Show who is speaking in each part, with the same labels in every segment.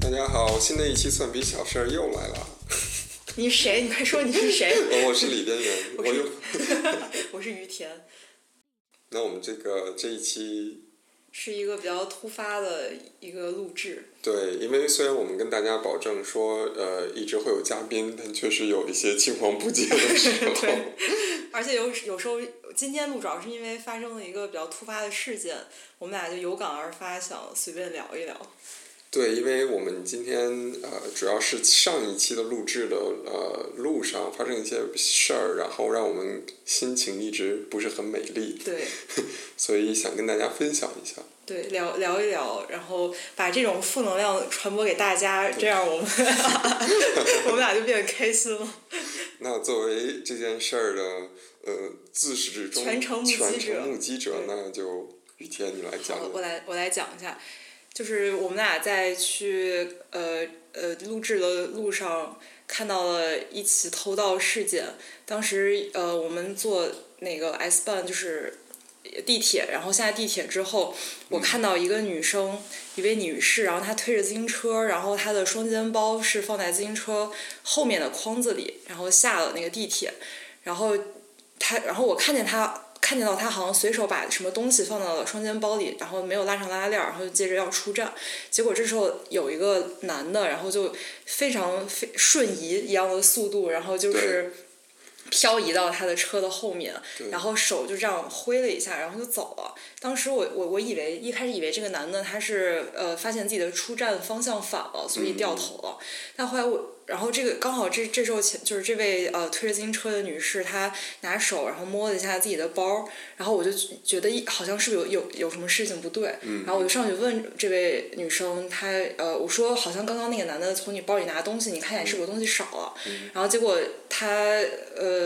Speaker 1: 大家好，新的一期蒜皮小事儿又来了。
Speaker 2: 你是谁？你快说你是 谁？
Speaker 1: 我我是李边缘，我又。
Speaker 2: 我是于田，
Speaker 1: 那我们这个这一期，
Speaker 2: 是一个比较突发的一个录制。
Speaker 1: 对，因为虽然我们跟大家保证说，呃，一直会有嘉宾，但确实有一些青黄不接的时 候。
Speaker 2: 对而且有有时候今天录主要是因为发生了一个比较突发的事件，我们俩就有感而发，想随便聊一聊。
Speaker 1: 对，因为我们今天呃，主要是上一期的录制的呃路上发生一些事儿，然后让我们心情一直不是很美丽，
Speaker 2: 对
Speaker 1: 所以想跟大家分享一下。
Speaker 2: 对，聊聊一聊，然后把这种负能量传播给大家，这样我们 我们俩就变得开心了。
Speaker 1: 那作为这件事儿的呃自始至终
Speaker 2: 全程目击者
Speaker 1: 全程目击者
Speaker 2: 对
Speaker 1: 那就雨天你来讲
Speaker 2: 好，
Speaker 1: 吧。
Speaker 2: 我来我来讲一下，就是我们俩在去呃呃录制的路上看到了一起偷盗事件。当时呃我们坐那个 S 班就是地铁，然后下地铁之后，我看到一个女生，一位女士，然后她推着自行车，然后她的双肩包是放在自行车后面的筐子里，然后下了那个地铁，然后她，然后我看见她。看见到她好像随手把什么东西放到了双肩包里，然后没有拉上拉链儿，然后就接着要出站。结果这时候有一个男的，然后就非常非瞬移一样的速度，然后就是漂移到他的车的后面，
Speaker 1: 对
Speaker 2: 然后手就这样挥了一下，然后就走了。当时我我我以为一开始以为这个男的他是呃发现自己的出站方向反了，所以掉头了。但后来我，然后这个刚好这这时候前就是这位呃推着自行车的女士，她拿手然后摸了一下自己的包，然后我就觉得一好像是有有有什么事情不对，然后我就上去问这位女生，她呃我说好像刚刚那个男的从你包里拿东西，你看见是不是有东西少了？然后结果她呃。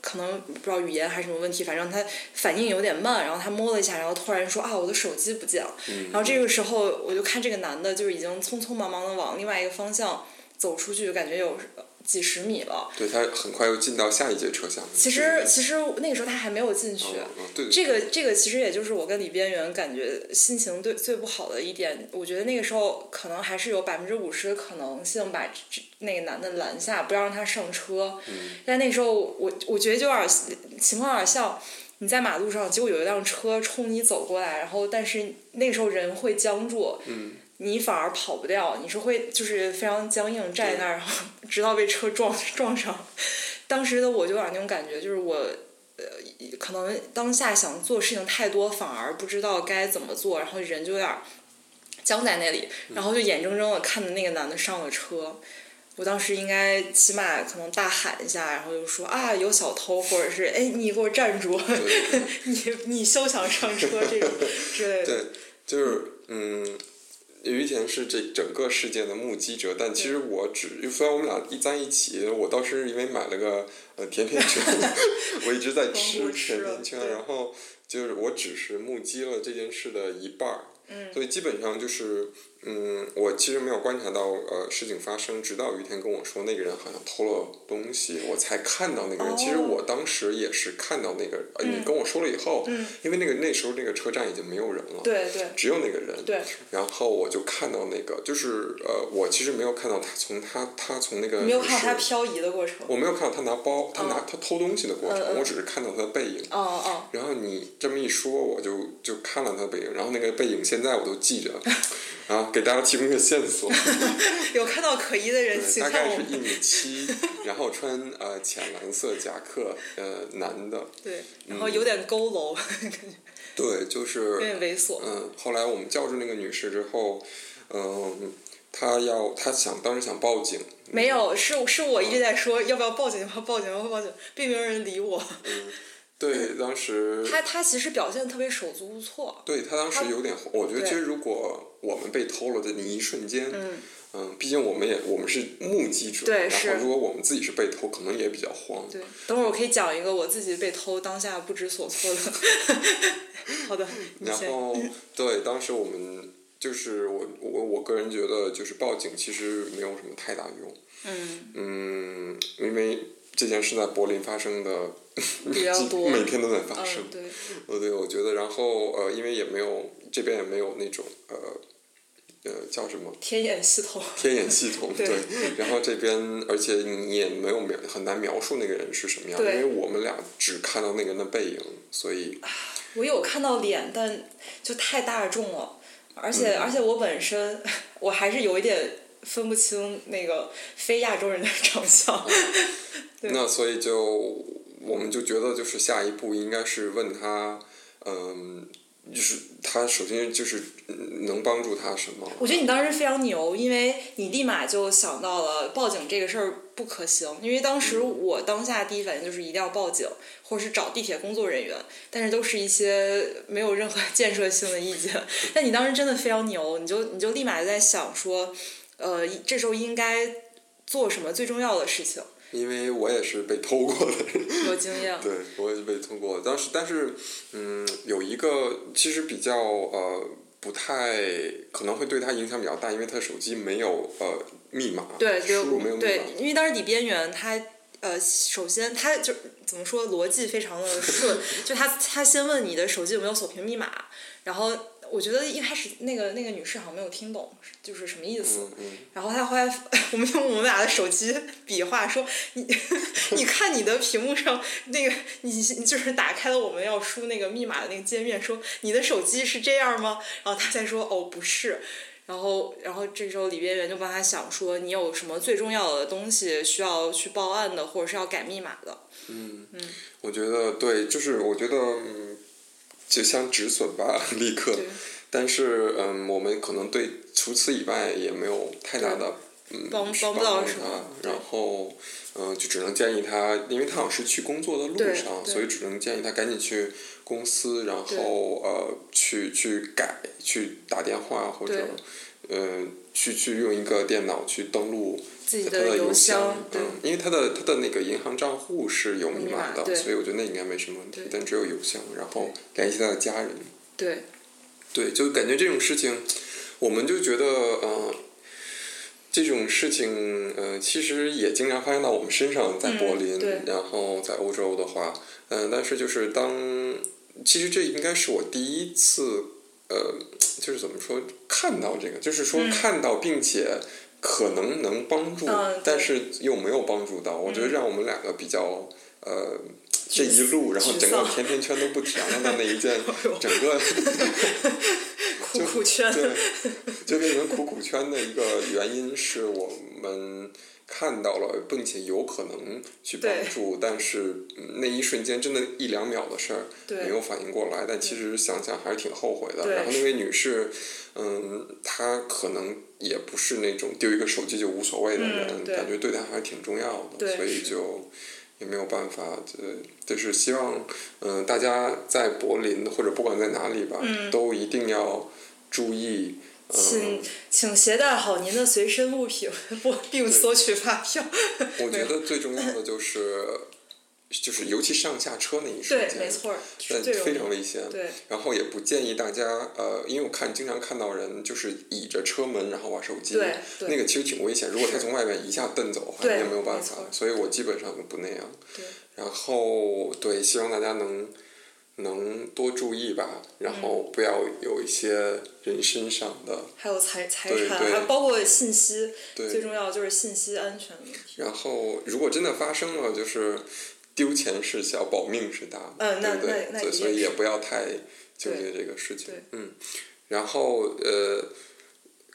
Speaker 2: 可能不知道语言还是什么问题，反正她反应有点慢，然后她摸了一下，然后突然说啊，我的手机不见了。然后这个时候我就看这个男的，就是已经匆匆忙忙的往另外一个方向走出去，感觉有几十米了。
Speaker 1: 对他很快又进到下一节车厢。
Speaker 2: 其实其实那个时候他还没有进去。
Speaker 1: 嗯嗯对对
Speaker 2: 这个
Speaker 1: 对
Speaker 2: 这个其实也就是我跟李边缘感觉心情最最不好的一点，我觉得那个时候可能还是有百分之五十的可能性把这那个男的拦下，不要让他上车。但那时候我我觉得就有点情况有点像你在马路上，结果有一辆车冲你走过来，然后但是那时候人会僵住，你反而跑不掉，你是会就是非常僵硬站在那儿，然后直到被车撞 撞上。当时的我就有点那种感觉，就是我呃可能当下想做事情太多，反而不知道该怎么做，然后人就有点儿僵在那里，然后就眼睁睁的看着那个男的上了车。我当时应该起码可能大喊一下，然后就说啊有小偷，或者是哎你给我站住，
Speaker 1: 对对
Speaker 2: 你你休想上车这种之类的。
Speaker 1: 对，就是嗯，于田是这整个事件的目击者，但其实我只虽然我们俩一在一起，我倒是因为买了个呃甜甜圈， 我一直在吃
Speaker 2: 光顾吃
Speaker 1: 甜
Speaker 2: 了
Speaker 1: 甜圈，
Speaker 2: 对
Speaker 1: 然后就是我只是目击了这件事的一半儿，
Speaker 2: 嗯
Speaker 1: 所以基本上就是嗯，我其实没有观察到呃事情发生，直到于田跟我说那个人好像偷了东西，我才看到那个人。其实
Speaker 2: 哦
Speaker 1: 我当时也是看到那个，呃，你跟我说了以后，
Speaker 2: 嗯
Speaker 1: 因为那个那时候那个车站已经没有人了，
Speaker 2: 对对
Speaker 1: 只有那个人。
Speaker 2: 对，
Speaker 1: 然后我就看到那个，就是呃，我其实没有看到他从他他从那个
Speaker 2: 你没有看到他
Speaker 1: 是
Speaker 2: 漂移的过程。
Speaker 1: 我没有看到他拿包，他拿、
Speaker 2: 嗯
Speaker 1: 他偷东西的过程，
Speaker 2: 嗯嗯
Speaker 1: 我只是看到他的背影。
Speaker 2: 哦哦，
Speaker 1: 然后你这么一说，我就就看了他的背影，然后那个背影现在我都记 着，啊，给大家提供一个线索，
Speaker 2: 有看到可疑的人，
Speaker 1: 对
Speaker 2: 请
Speaker 1: 大
Speaker 2: 看
Speaker 1: 概
Speaker 2: 我
Speaker 1: 是
Speaker 2: 们。
Speaker 1: 一米七，然后穿呃浅蓝色夹克，呃男的，
Speaker 2: 对，
Speaker 1: 嗯
Speaker 2: 然后有点佝偻，
Speaker 1: 对，就是
Speaker 2: 有点猥琐。
Speaker 1: 嗯，后来我们叫住那个女士之后，嗯，她要她想当时想报警，
Speaker 2: 没有，是是我一直在说要不要报警，要不要报警，要不要报警，并没有人理我。
Speaker 1: 对，当时
Speaker 2: 他他其实表现得特别手足无措。
Speaker 1: 对她当时有点，我觉得
Speaker 2: 对
Speaker 1: 其实如果我们被偷了的那一瞬间，嗯，毕竟我们也我们是目击者，
Speaker 2: 对是
Speaker 1: 然后如果我们自己是被偷，可能也比较慌。
Speaker 2: 对，等会儿我可以讲一个我自己被偷当下不知所措的。 好的，
Speaker 1: 嗯
Speaker 2: 你
Speaker 1: 然
Speaker 2: 先。嗯
Speaker 1: 后 对，当时我们就是我我我个人觉得就是报警其实没有什么太大用，
Speaker 2: 嗯，
Speaker 1: 嗯，因为这件事在柏林发生的
Speaker 2: 比较多。
Speaker 1: 每天都在发生
Speaker 2: 嗯，。对，
Speaker 1: 呃，对，我觉得，然后呃，因为也没有这边也没有那种呃呃叫什么
Speaker 2: 天眼系统，
Speaker 1: 天眼系统
Speaker 2: 对
Speaker 1: 对，然后这边而且你也没有描很难描述那个人是什么样，因
Speaker 2: 对啊
Speaker 1: 为我们俩只看到那个人的背影，所以
Speaker 2: 我有看到脸，但就太大众了，而
Speaker 1: 嗯
Speaker 2: 且、而且我本身 我还是有一点分不清那个非亚洲人的长相。对
Speaker 1: 那所以就我们就觉得就是下一步应该是问他，嗯，就是他首先就是嗯能帮助他什么？
Speaker 2: 我觉得你当时非常牛，因为你立马就想到了报警这个事儿不可行，因为当时我当下第一反应就是一定要报警，或者是找地铁工作人员，但是都是一些没有任何建设性的意见。但你当时真的非常牛，你就你就立马在想说，呃，这时候应该做什么最重要的事情，
Speaker 1: 因为我也是被偷过的人，
Speaker 2: 有经验。
Speaker 1: 对我也是被偷过的。当时但是嗯，有一个其实比较呃不太可能会对他影响比较大，因为他手机没有呃密码，
Speaker 2: 对，
Speaker 1: 输入没有
Speaker 2: 就
Speaker 1: 密
Speaker 2: 对
Speaker 1: 码，，
Speaker 2: 因为当时李边缘他呃，首先他就怎么说逻辑非常的顺， 就他他先问你的手机有没有锁屏密码，然后我觉得一开始那个那个女士好像没有听懂就是什么意思，
Speaker 1: 嗯嗯，
Speaker 2: 然后他后来 我们用我们俩的手机比划说你 你看你的屏幕上那个你你就是打开了我们要输那个密码的那个界面，说你的手机是这样吗？然后他才说哦不是。然后，然后这时候李边缘就帮他想说，你有什么最重要的东西需要去报案的，或者是要改密码的？
Speaker 1: 我觉得对，就是我觉得嗯，就像止损吧， 立刻。
Speaker 2: 对，
Speaker 1: 但是嗯，我们可能对除此以外也没有太大的嗯
Speaker 2: 帮
Speaker 1: 去
Speaker 2: 帮
Speaker 1: 帮
Speaker 2: 不到
Speaker 1: 助
Speaker 2: 什么
Speaker 1: 他
Speaker 2: 对
Speaker 1: 然后嗯、就只能建议他，因为他好像是去工作的
Speaker 2: 对
Speaker 1: 路上，
Speaker 2: 对
Speaker 1: 所以只能建议他赶紧去公司，然
Speaker 2: 对
Speaker 1: 后呃去去改，去打电话或者嗯、呃去去用一个电脑去登录
Speaker 2: 自己
Speaker 1: 他的
Speaker 2: 邮
Speaker 1: 箱，
Speaker 2: 对、
Speaker 1: 嗯，因为他的他的那个银行账户是有密码
Speaker 2: 有密码对
Speaker 1: 的，所以我觉得那应该没什么问题
Speaker 2: 对，
Speaker 1: 但只有邮箱，然后联系他的家人，
Speaker 2: 对，
Speaker 1: 对，就感觉这种事情，我们就觉得呃，这种事情呃，其实也经常发生到我们身上，在
Speaker 2: 嗯
Speaker 1: 柏林，
Speaker 2: 对
Speaker 1: 然后在欧洲的话，嗯、但是就是当，其实这应该是我第一次呃，就是怎么说看到这个，就是说
Speaker 2: 嗯
Speaker 1: 看到并且。可能能帮助，
Speaker 2: 嗯对嗯
Speaker 1: 但是又没有帮助到。我觉得让我们两个比较，呃，这一路，然后
Speaker 2: 沮
Speaker 1: 整个
Speaker 2: 丧
Speaker 1: 甜甜圈都不甜了的那一 件
Speaker 2: 哎呦，
Speaker 1: 整个
Speaker 2: 苦苦圈，
Speaker 1: 对，就变成苦苦圈的一个原因是我们看到了，并且有可能去帮
Speaker 2: 对
Speaker 1: 助，但是嗯那一瞬间真的一两秒的事儿
Speaker 2: 对
Speaker 1: 没有反应过来，但其实想想还是挺后悔的。
Speaker 2: 对
Speaker 1: 然后那位女士，嗯，她可能也不是那种丢一个手机就无所谓的人，
Speaker 2: 嗯对
Speaker 1: 感觉对她还是挺重要
Speaker 2: 对
Speaker 1: 的，所以
Speaker 2: 是
Speaker 1: 就。也没有办法，呃，就是希望，嗯、大家在柏林或者不管在哪里吧，
Speaker 2: 嗯
Speaker 1: 都一定要注意，嗯
Speaker 2: 请，请携带好您的随身物品， 不并索取发票。
Speaker 1: 我觉得最重要的就是，就是尤其上下车那一瞬
Speaker 2: 对，
Speaker 1: 间，
Speaker 2: 没错儿，
Speaker 1: 但
Speaker 2: 是最容
Speaker 1: 非常
Speaker 2: 易。
Speaker 1: 危险。
Speaker 2: 对，
Speaker 1: 然后也不建议大家，呃，因为我看经常看到人就是倚着车门然后玩手机
Speaker 2: 对，对
Speaker 1: 那个其实挺危险。如果他
Speaker 2: 是
Speaker 1: 从外面一下蹬走的话，
Speaker 2: 对
Speaker 1: 你也没有办
Speaker 2: 没
Speaker 1: 法
Speaker 2: 错。
Speaker 1: 所以我基本上不那样。
Speaker 2: 对，
Speaker 1: 然后对，希望大家能能多注意吧，
Speaker 2: 嗯
Speaker 1: 然后不要有一些人身上的。
Speaker 2: 还有财财
Speaker 1: 对
Speaker 2: 产，
Speaker 1: 对
Speaker 2: 还包括信息，
Speaker 1: 对
Speaker 2: 最重要就是信息安全的 问题。
Speaker 1: 然后，如果真的发生了，就是丢钱是小，保命是大嘛，
Speaker 2: 嗯那
Speaker 1: 对不对？
Speaker 2: 那那
Speaker 1: 所
Speaker 2: 一定
Speaker 1: 以所以
Speaker 2: 是
Speaker 1: 也不要太纠结这个事情
Speaker 2: 对。
Speaker 1: 嗯，然后呃，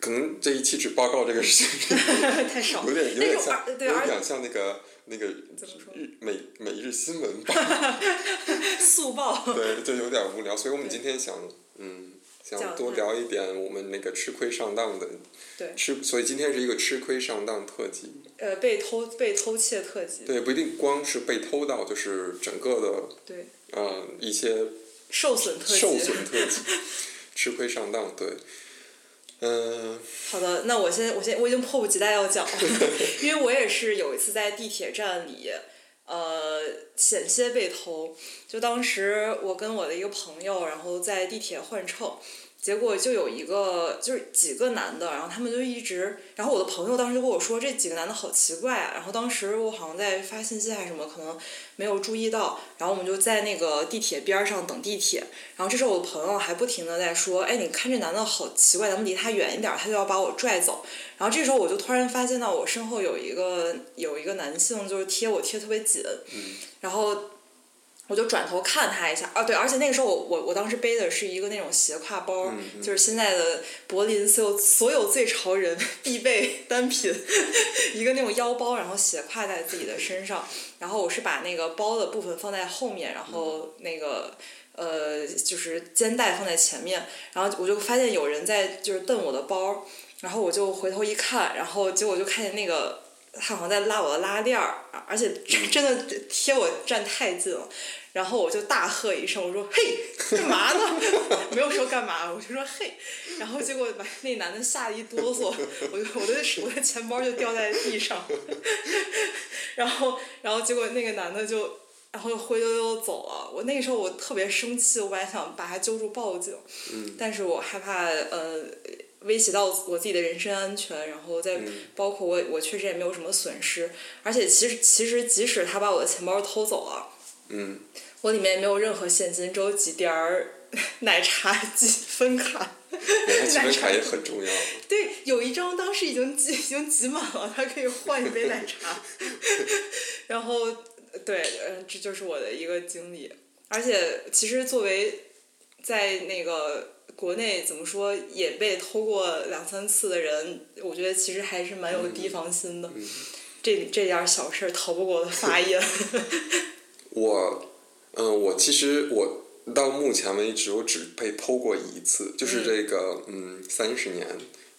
Speaker 1: 可能这一期只报告这个事 情，
Speaker 2: 太少，
Speaker 1: 有点有
Speaker 2: 但
Speaker 1: 点
Speaker 2: 是
Speaker 1: 像
Speaker 2: 而，
Speaker 1: 有
Speaker 2: 啊对而
Speaker 1: 点像那个那个
Speaker 2: 怎么说
Speaker 1: 日每每日新闻吧，
Speaker 2: 速报，
Speaker 1: 对，就有点无聊。所以我们
Speaker 2: 对
Speaker 1: 今天想，嗯，
Speaker 2: 讲
Speaker 1: 想
Speaker 2: 一
Speaker 1: 多
Speaker 2: 下
Speaker 1: 聊一点我们那个吃亏上当的
Speaker 2: 对，
Speaker 1: 吃，所以今天是一个吃亏上当特辑。
Speaker 2: 呃，被偷被偷窃特辑，
Speaker 1: 对，不一定光是被偷到，就是整个的。
Speaker 2: 对，
Speaker 1: 呃，一些
Speaker 2: 受损特
Speaker 1: 受
Speaker 2: 辑。
Speaker 1: 损特 辑，吃亏上当，对，嗯、
Speaker 2: 好的，那我先我先我已经迫不及待要讲了， 因为我也是有一次在地铁站里，呃，险些被偷。就当时我跟我的一个朋友，然后在地铁换乘，结果就有一个就是几个男的，然后他们就一直，然后我的朋友当时就跟我说这几个男的好奇怪啊，然后当时我好像在发信息还是啊什么，可能没有注意到，然后我们就在那个地铁边儿上等地铁，然后这时候我的朋友还不停的在说，哎，你看这男的好奇怪，咱们离他远一点儿，他就要把我拽走，然后这时候我就突然发现到我身后有一个有一个男性就是贴我贴特别紧，然后我就转头看他一下，啊对，而且那个时候我我我当时背的是一个那种斜挎包，就是现在的柏林所有所有最潮人必备单品，一个那种腰包，然后斜挎在自己的身上，然后我是把那个包的部分放在后面，然后那个。呃，就是肩带放在前面，然后我就发现有人在就是蹬我的包，然后我就回头一看，然后结果就看见那个他好像在拉我的拉链儿，啊而且真真的贴我站太近了，然后我就大喝一声，我说嘿，干嘛呢？ 没有说干嘛，我就说嘿，然后结果把那男的吓得一哆嗦，我就我的我的钱包就掉在地上，然后然后结果那个男的就。然后灰溜溜走了。我那个时候我特别生气，我本来想把他揪住报警，但是我害怕呃威胁到我自己的人身安全，然后再包括我我确实也没有什么损失，而且其实其实即使他把我的钱包偷走了，
Speaker 1: 嗯，
Speaker 2: 我里面没有任何现金，只有几点儿 奶茶积分卡。
Speaker 1: 然后积分卡也很重要。
Speaker 2: 对，有一张当时已经挤已经挤满了，它可以换一杯 奶茶。 然后，对，嗯，这就是我的一个经历。而且，其实作为在那个国内怎么说也被偷过两三次的人，我觉得其实还是蛮
Speaker 1: 嗯
Speaker 2: 有提防心的。这这点儿小事儿逃不过我的法 眼。
Speaker 1: 我，嗯、我其实我到目前为止，我只被偷过一次，就是这个，嗯，三十、年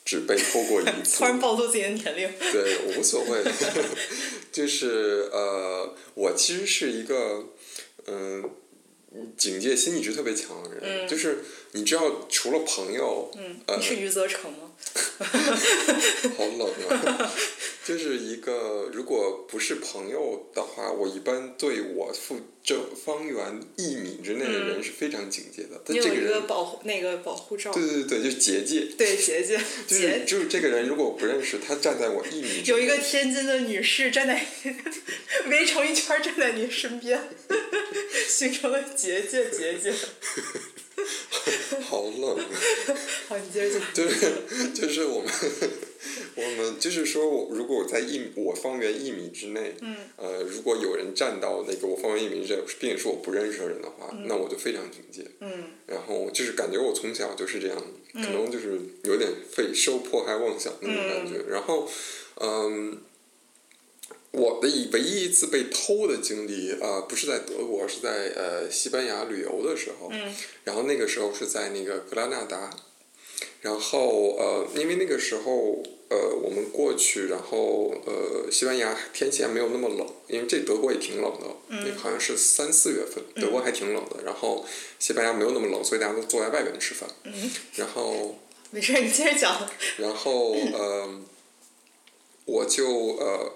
Speaker 1: 只被偷过 一次
Speaker 2: 突。然暴露自己的年龄。
Speaker 1: 对，我无所谓。 就是呃，我其实是一个，嗯、警戒心一直特别强的人，
Speaker 2: 嗯
Speaker 1: 就是你知道，除了朋友，
Speaker 2: 嗯，
Speaker 1: 呃
Speaker 2: 你，是余则成吗？
Speaker 1: 好冷啊！就是一个，如果不是朋友的话，我一般对我负正方圆一米之内的人是非常警戒的。但
Speaker 2: 你
Speaker 1: 这
Speaker 2: 有一
Speaker 1: 人
Speaker 2: 个，保护那个保护罩。
Speaker 1: 对对对，就是结界，
Speaker 2: 对，姐姐，
Speaker 1: 就
Speaker 2: 姐
Speaker 1: 是就是这个人，如果我不认识，他站在我一米之
Speaker 2: 有
Speaker 1: 内，
Speaker 2: 一个天津的女士站在 围成一圈儿站在你身边， 形成了结界结界。
Speaker 1: 好冷啊！
Speaker 2: 好，你接着讲。
Speaker 1: 就是就是我们 我们就是说我如果我在一米我方圆一米之内，
Speaker 2: 嗯
Speaker 1: 呃，如果有人站到那个我方圆一米之内，并且是我不认识的人的话，那我就非常警戒。
Speaker 2: 嗯
Speaker 1: 然后就是感觉我从小就是这样，可能就是有点被受迫害妄想那种感觉。然后，嗯，我的一唯一一次被偷的经历，呃，不是在德国，是在呃西班牙旅游的时候。
Speaker 2: 嗯
Speaker 1: 然后那个时候是在那个格拉纳达，然后呃，因为那个时候呃我们过去，然后呃西班牙天气还没有那么冷，因为这德国也挺冷的，那个好像是三四月份，德国还挺冷的，然后西班牙没有那么冷，所以大家都坐在外边吃饭，
Speaker 2: 嗯，
Speaker 1: 然后
Speaker 2: 没事儿，你接着讲。
Speaker 1: 然后呃，我就呃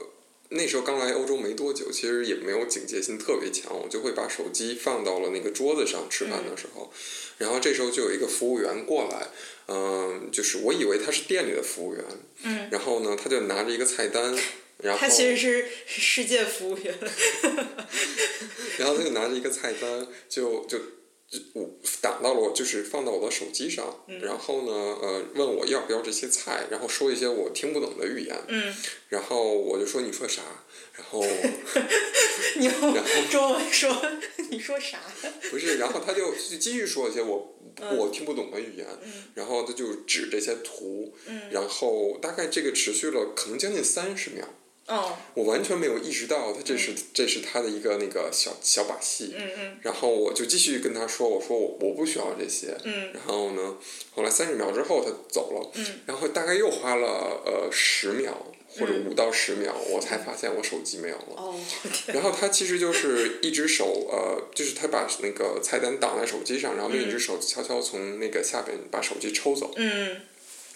Speaker 1: 那时候刚来欧洲没多久，其实也没有警戒心特别强，我就会把手机放到了那个桌子上吃饭的时
Speaker 2: 嗯
Speaker 1: 候，然后这时候就有一个服务员过来，嗯、就是我以为他是店里的服务员，
Speaker 2: 嗯，
Speaker 1: 然后呢，他就拿着一个菜单。然后
Speaker 2: 她其实是是世界服务员。
Speaker 1: 然后他就拿着一个菜单，就就就我打到了我，就是放到我的手机上，
Speaker 2: 嗯
Speaker 1: 然后呢，呃，问我要不要这些菜，然后说一些我听不懂的语言，
Speaker 2: 嗯，
Speaker 1: 然后我就说你说啥，然 后
Speaker 2: 你用
Speaker 1: 然后
Speaker 2: 中文说，你说啥？
Speaker 1: 不是，然后他就就继续说一些我
Speaker 2: 嗯
Speaker 1: 我听不懂的语言，然后他就指这些图，
Speaker 2: 嗯
Speaker 1: 然后大概这个持续了可能将近三十秒。
Speaker 2: 哦，
Speaker 1: 我完全没有意识到他这是、这是他的一个那个小小把戏，
Speaker 2: 嗯嗯
Speaker 1: 然后我就继续跟他说，我说我我不需要这些。
Speaker 2: 嗯
Speaker 1: 然后呢，后来三十秒之后他走了，
Speaker 2: 嗯
Speaker 1: 然后大概又花了呃十秒或者五到十秒，我才发现我手机没有了。
Speaker 2: 嗯哦，我天，
Speaker 1: 然后他其实就是一只手，呃，就是他把那个
Speaker 2: 嗯
Speaker 1: 菜单挡在手机上，然后另一只手悄悄从那个下边把手机抽走。
Speaker 2: 嗯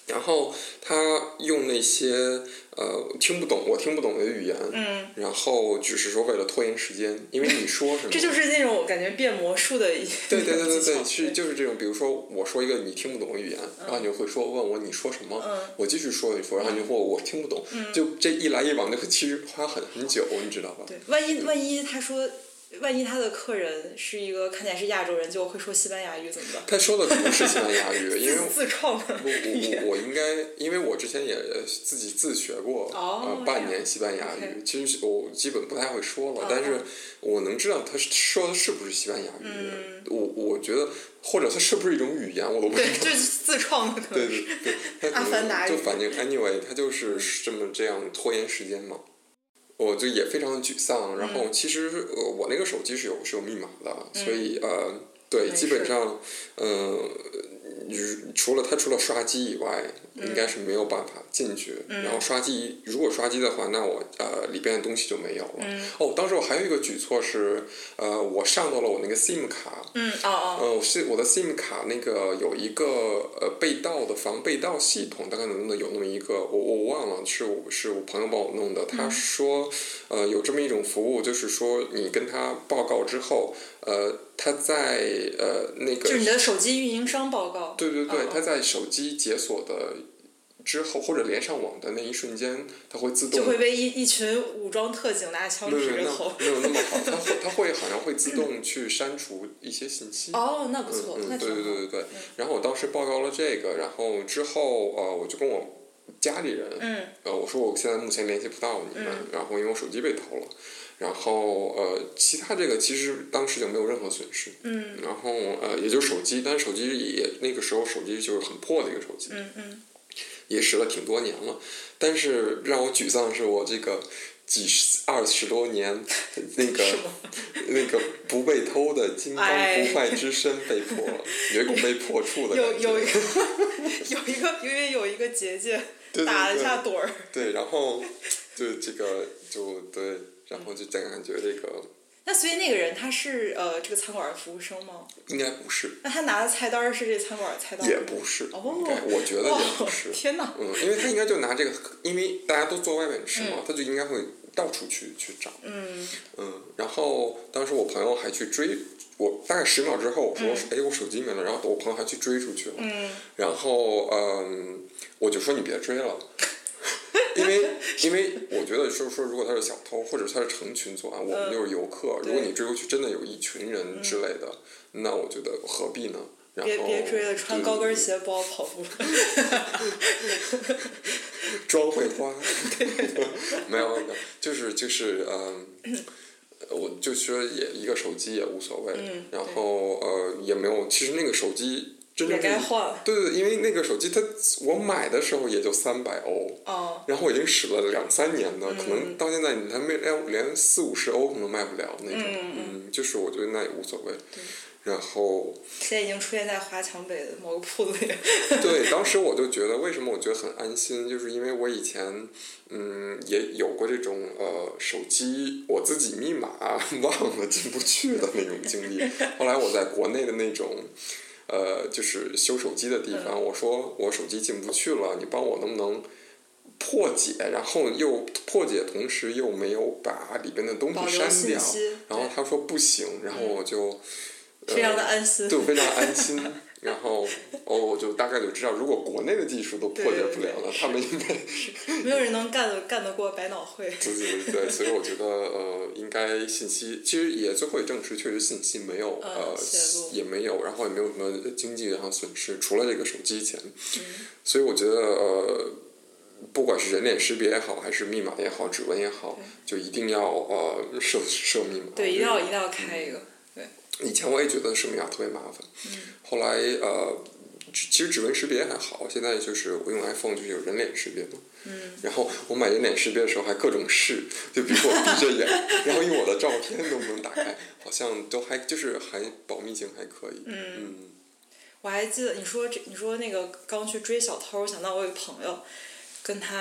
Speaker 1: 然后他用那些呃听不懂我听不懂的语言，
Speaker 2: 嗯，
Speaker 1: 然后只是说为了拖延时间，因为你说什么，
Speaker 2: 这就是那种我感觉变魔术的一
Speaker 1: 对对对对
Speaker 2: 技巧
Speaker 1: 对，是就是这种，比如说我说一个你听不懂的语言，然后你就会说问我你说什么，
Speaker 2: 嗯
Speaker 1: 我继续说你说，然后你就问我我听不懂，就这一来一往，那个其实花很很久，你知道吧？
Speaker 2: 对，万一万一他说，万一他的客人是一个看起来是亚洲人，就会说西班牙语怎么办？
Speaker 1: 他说的不是西班牙语， 因为
Speaker 2: 自自创的
Speaker 1: 我
Speaker 2: 语言
Speaker 1: 我我应该，因为我之前也自己自学过、
Speaker 2: 哦
Speaker 1: 呃
Speaker 2: 这样
Speaker 1: 半年西班牙语
Speaker 2: OK
Speaker 1: 其实我基本不太会说了，
Speaker 2: 嗯
Speaker 1: 但是
Speaker 2: 嗯
Speaker 1: 我能知道他说的是不是西班牙语。
Speaker 2: 嗯
Speaker 1: 我我觉得，或者它是不是一种语言，我都不知
Speaker 2: 对，
Speaker 1: 道。
Speaker 2: 就是自创的可
Speaker 1: 对
Speaker 2: 能
Speaker 1: 对
Speaker 2: 是。
Speaker 1: 对，他可
Speaker 2: 阿凡达
Speaker 1: 能就
Speaker 2: 语
Speaker 1: 反正 anyway，他就是这么这样拖延时间嘛。我就也非常的沮丧，然
Speaker 2: 嗯
Speaker 1: 后其实呃我那个手机是有是有密码的，所以呃对，
Speaker 2: 没
Speaker 1: 基本
Speaker 2: 事
Speaker 1: 上呃如除了他除了刷机以外，应
Speaker 2: 嗯
Speaker 1: 该是没有办法进去。然后刷机如果刷机的话，那我呃里边的东西就没有了。
Speaker 2: 嗯
Speaker 1: 哦，当时我还有一个举措是，呃我上到了我那个 SIM 卡，
Speaker 2: 嗯，哦哦，
Speaker 1: 呃，我是我的 SIM 卡那个有一个呃被盗的防被盗系统，大概能有那么一个，我我忘了，是我是我朋友帮我弄的。
Speaker 2: 嗯
Speaker 1: 他说，呃，有这么一种服务，就是说你跟他报告之后，呃，他在呃那个
Speaker 2: 就是你的手机运营商报告。
Speaker 1: 对对对
Speaker 2: 哦，
Speaker 1: 他在手机解锁的之后或者连上网的那一瞬间，它会自动
Speaker 2: 就会被一一群武装特警拿枪
Speaker 1: 没有
Speaker 2: 指
Speaker 1: 没
Speaker 2: 着
Speaker 1: 有
Speaker 2: 头。
Speaker 1: 那没有那么好，它会 它会好像会自动去删除一些信息。
Speaker 2: 哦，那不错，
Speaker 1: 嗯
Speaker 2: 那
Speaker 1: 嗯，对
Speaker 2: 挺好。
Speaker 1: 对对对对。然后我当时报告了这个，然后之后呃，我就跟我家里人，
Speaker 2: 嗯
Speaker 1: 呃，我说我现在目前联系不到你们，然后因为我手机被偷了，然后呃，其他这个其实当时就没有任何损失，
Speaker 2: 嗯
Speaker 1: 然后呃，也就是手机，但是手机也那个时候手机就是很破的一个手机，
Speaker 2: 嗯嗯，
Speaker 1: 也使了挺多年了，但是让我沮丧的是我这个。几十二十多 年，那个
Speaker 2: 是吗
Speaker 1: 那个不被偷 的金刚
Speaker 2: 哎
Speaker 1: 不坏之身被破了，有一种被破处的
Speaker 2: 有
Speaker 1: 感觉。
Speaker 2: 有一个 有一个因为有一个结界
Speaker 1: 对对
Speaker 2: 打了一下盹儿。
Speaker 1: 对，然后就这个就对，然后就感觉这个
Speaker 2: 那所以那个人他是呃这个餐馆服务生吗？
Speaker 1: 应该不是，
Speaker 2: 那他拿的菜单儿是这餐馆菜单儿吗？
Speaker 1: 也不是，
Speaker 2: 哦
Speaker 1: 应该我觉得也不是
Speaker 2: 哇。天哪！
Speaker 1: 嗯，因为他应该就拿这个，因为大家都坐外面吃嘛，他就应该会到处去去找。
Speaker 2: 嗯
Speaker 1: 嗯，然后当时我朋友还去追我，大概十秒之后，我说：“哎、我手机没了。”然后我朋友还去追出去了。
Speaker 2: 嗯，
Speaker 1: 然后嗯，我就说你别追了， 因为因为我觉得就是说，如果他是小偷或者他是成群作案，我
Speaker 2: 嗯
Speaker 1: 们就是游客，如果你追过去真的有一群人之类的，那我觉得何必呢？然
Speaker 2: 别
Speaker 1: 后
Speaker 2: 别追了，穿
Speaker 1: 对
Speaker 2: 高跟鞋包 跑步。
Speaker 1: 妆会花， 没有没有，就是就是嗯。我就说也一个手机也无所谓，
Speaker 2: 嗯
Speaker 1: 然后呃也没有，其实那个手机真正
Speaker 2: 也该
Speaker 1: 是
Speaker 2: 换了
Speaker 1: 对对，对因为那个手机它我买的时候也就三百欧，
Speaker 2: 哦，嗯
Speaker 1: 然后我已经使了两三年了，可能到现在你还没连连四五十欧可能卖不了那种，
Speaker 2: 嗯
Speaker 1: 嗯就是我觉得那也无所谓。然后，
Speaker 2: 现在已经出现在华强北的某个铺子里。
Speaker 1: 对，当时我就觉得，为什么我觉得很安心，就是因为我以前，嗯，也有过这种呃，手机我自己密码忘了进不去的那种经历。后来我在国内的那种，呃，就是修手机的地
Speaker 2: 嗯
Speaker 1: 方，我说我手机进不去了，你帮我能不能？破解，然后又破解，同时又没有把里边的东
Speaker 2: 保
Speaker 1: 西
Speaker 2: 留
Speaker 1: 删
Speaker 2: 信
Speaker 1: 掉
Speaker 2: 息。嗯
Speaker 1: 然后他说不行，然后我就、呃
Speaker 2: 非常的安心。
Speaker 1: 对我非常安心。然后，哦，我就大概就知道，如果国内的技术都破解不了了，
Speaker 2: 对对对
Speaker 1: 他们应该
Speaker 2: 没有人能干得干得过百脑汇。
Speaker 1: 对对对，所以我觉得呃，应该信息其实也最后也证实，确实信息没有
Speaker 2: 嗯
Speaker 1: 呃
Speaker 2: 泄露
Speaker 1: 也没有，然后也没有什么经济上损失，除了这个手机钱。
Speaker 2: 嗯
Speaker 1: 所以我觉得呃，不管是人脸识别也好，还是密码也好，指纹也好，就一定要呃设设密码。
Speaker 2: 对，
Speaker 1: 我觉
Speaker 2: 一定
Speaker 1: 得
Speaker 2: 要一定要开一个。
Speaker 1: 以前我也觉得设密码特别麻烦，
Speaker 2: 嗯
Speaker 1: 后来呃，指其实指纹识别还好，现在就是我用 iPhone 就是有人脸识别嘛。
Speaker 2: 嗯。
Speaker 1: 然后我买人脸识别的时候还各种试，就比如说我闭着眼，然后用我的照片能不能打开，好像都还就是还保密性还可以。
Speaker 2: 嗯，
Speaker 1: 嗯
Speaker 2: 我还记得你说这，你说那个刚去追小偷，想到我有个朋友，跟她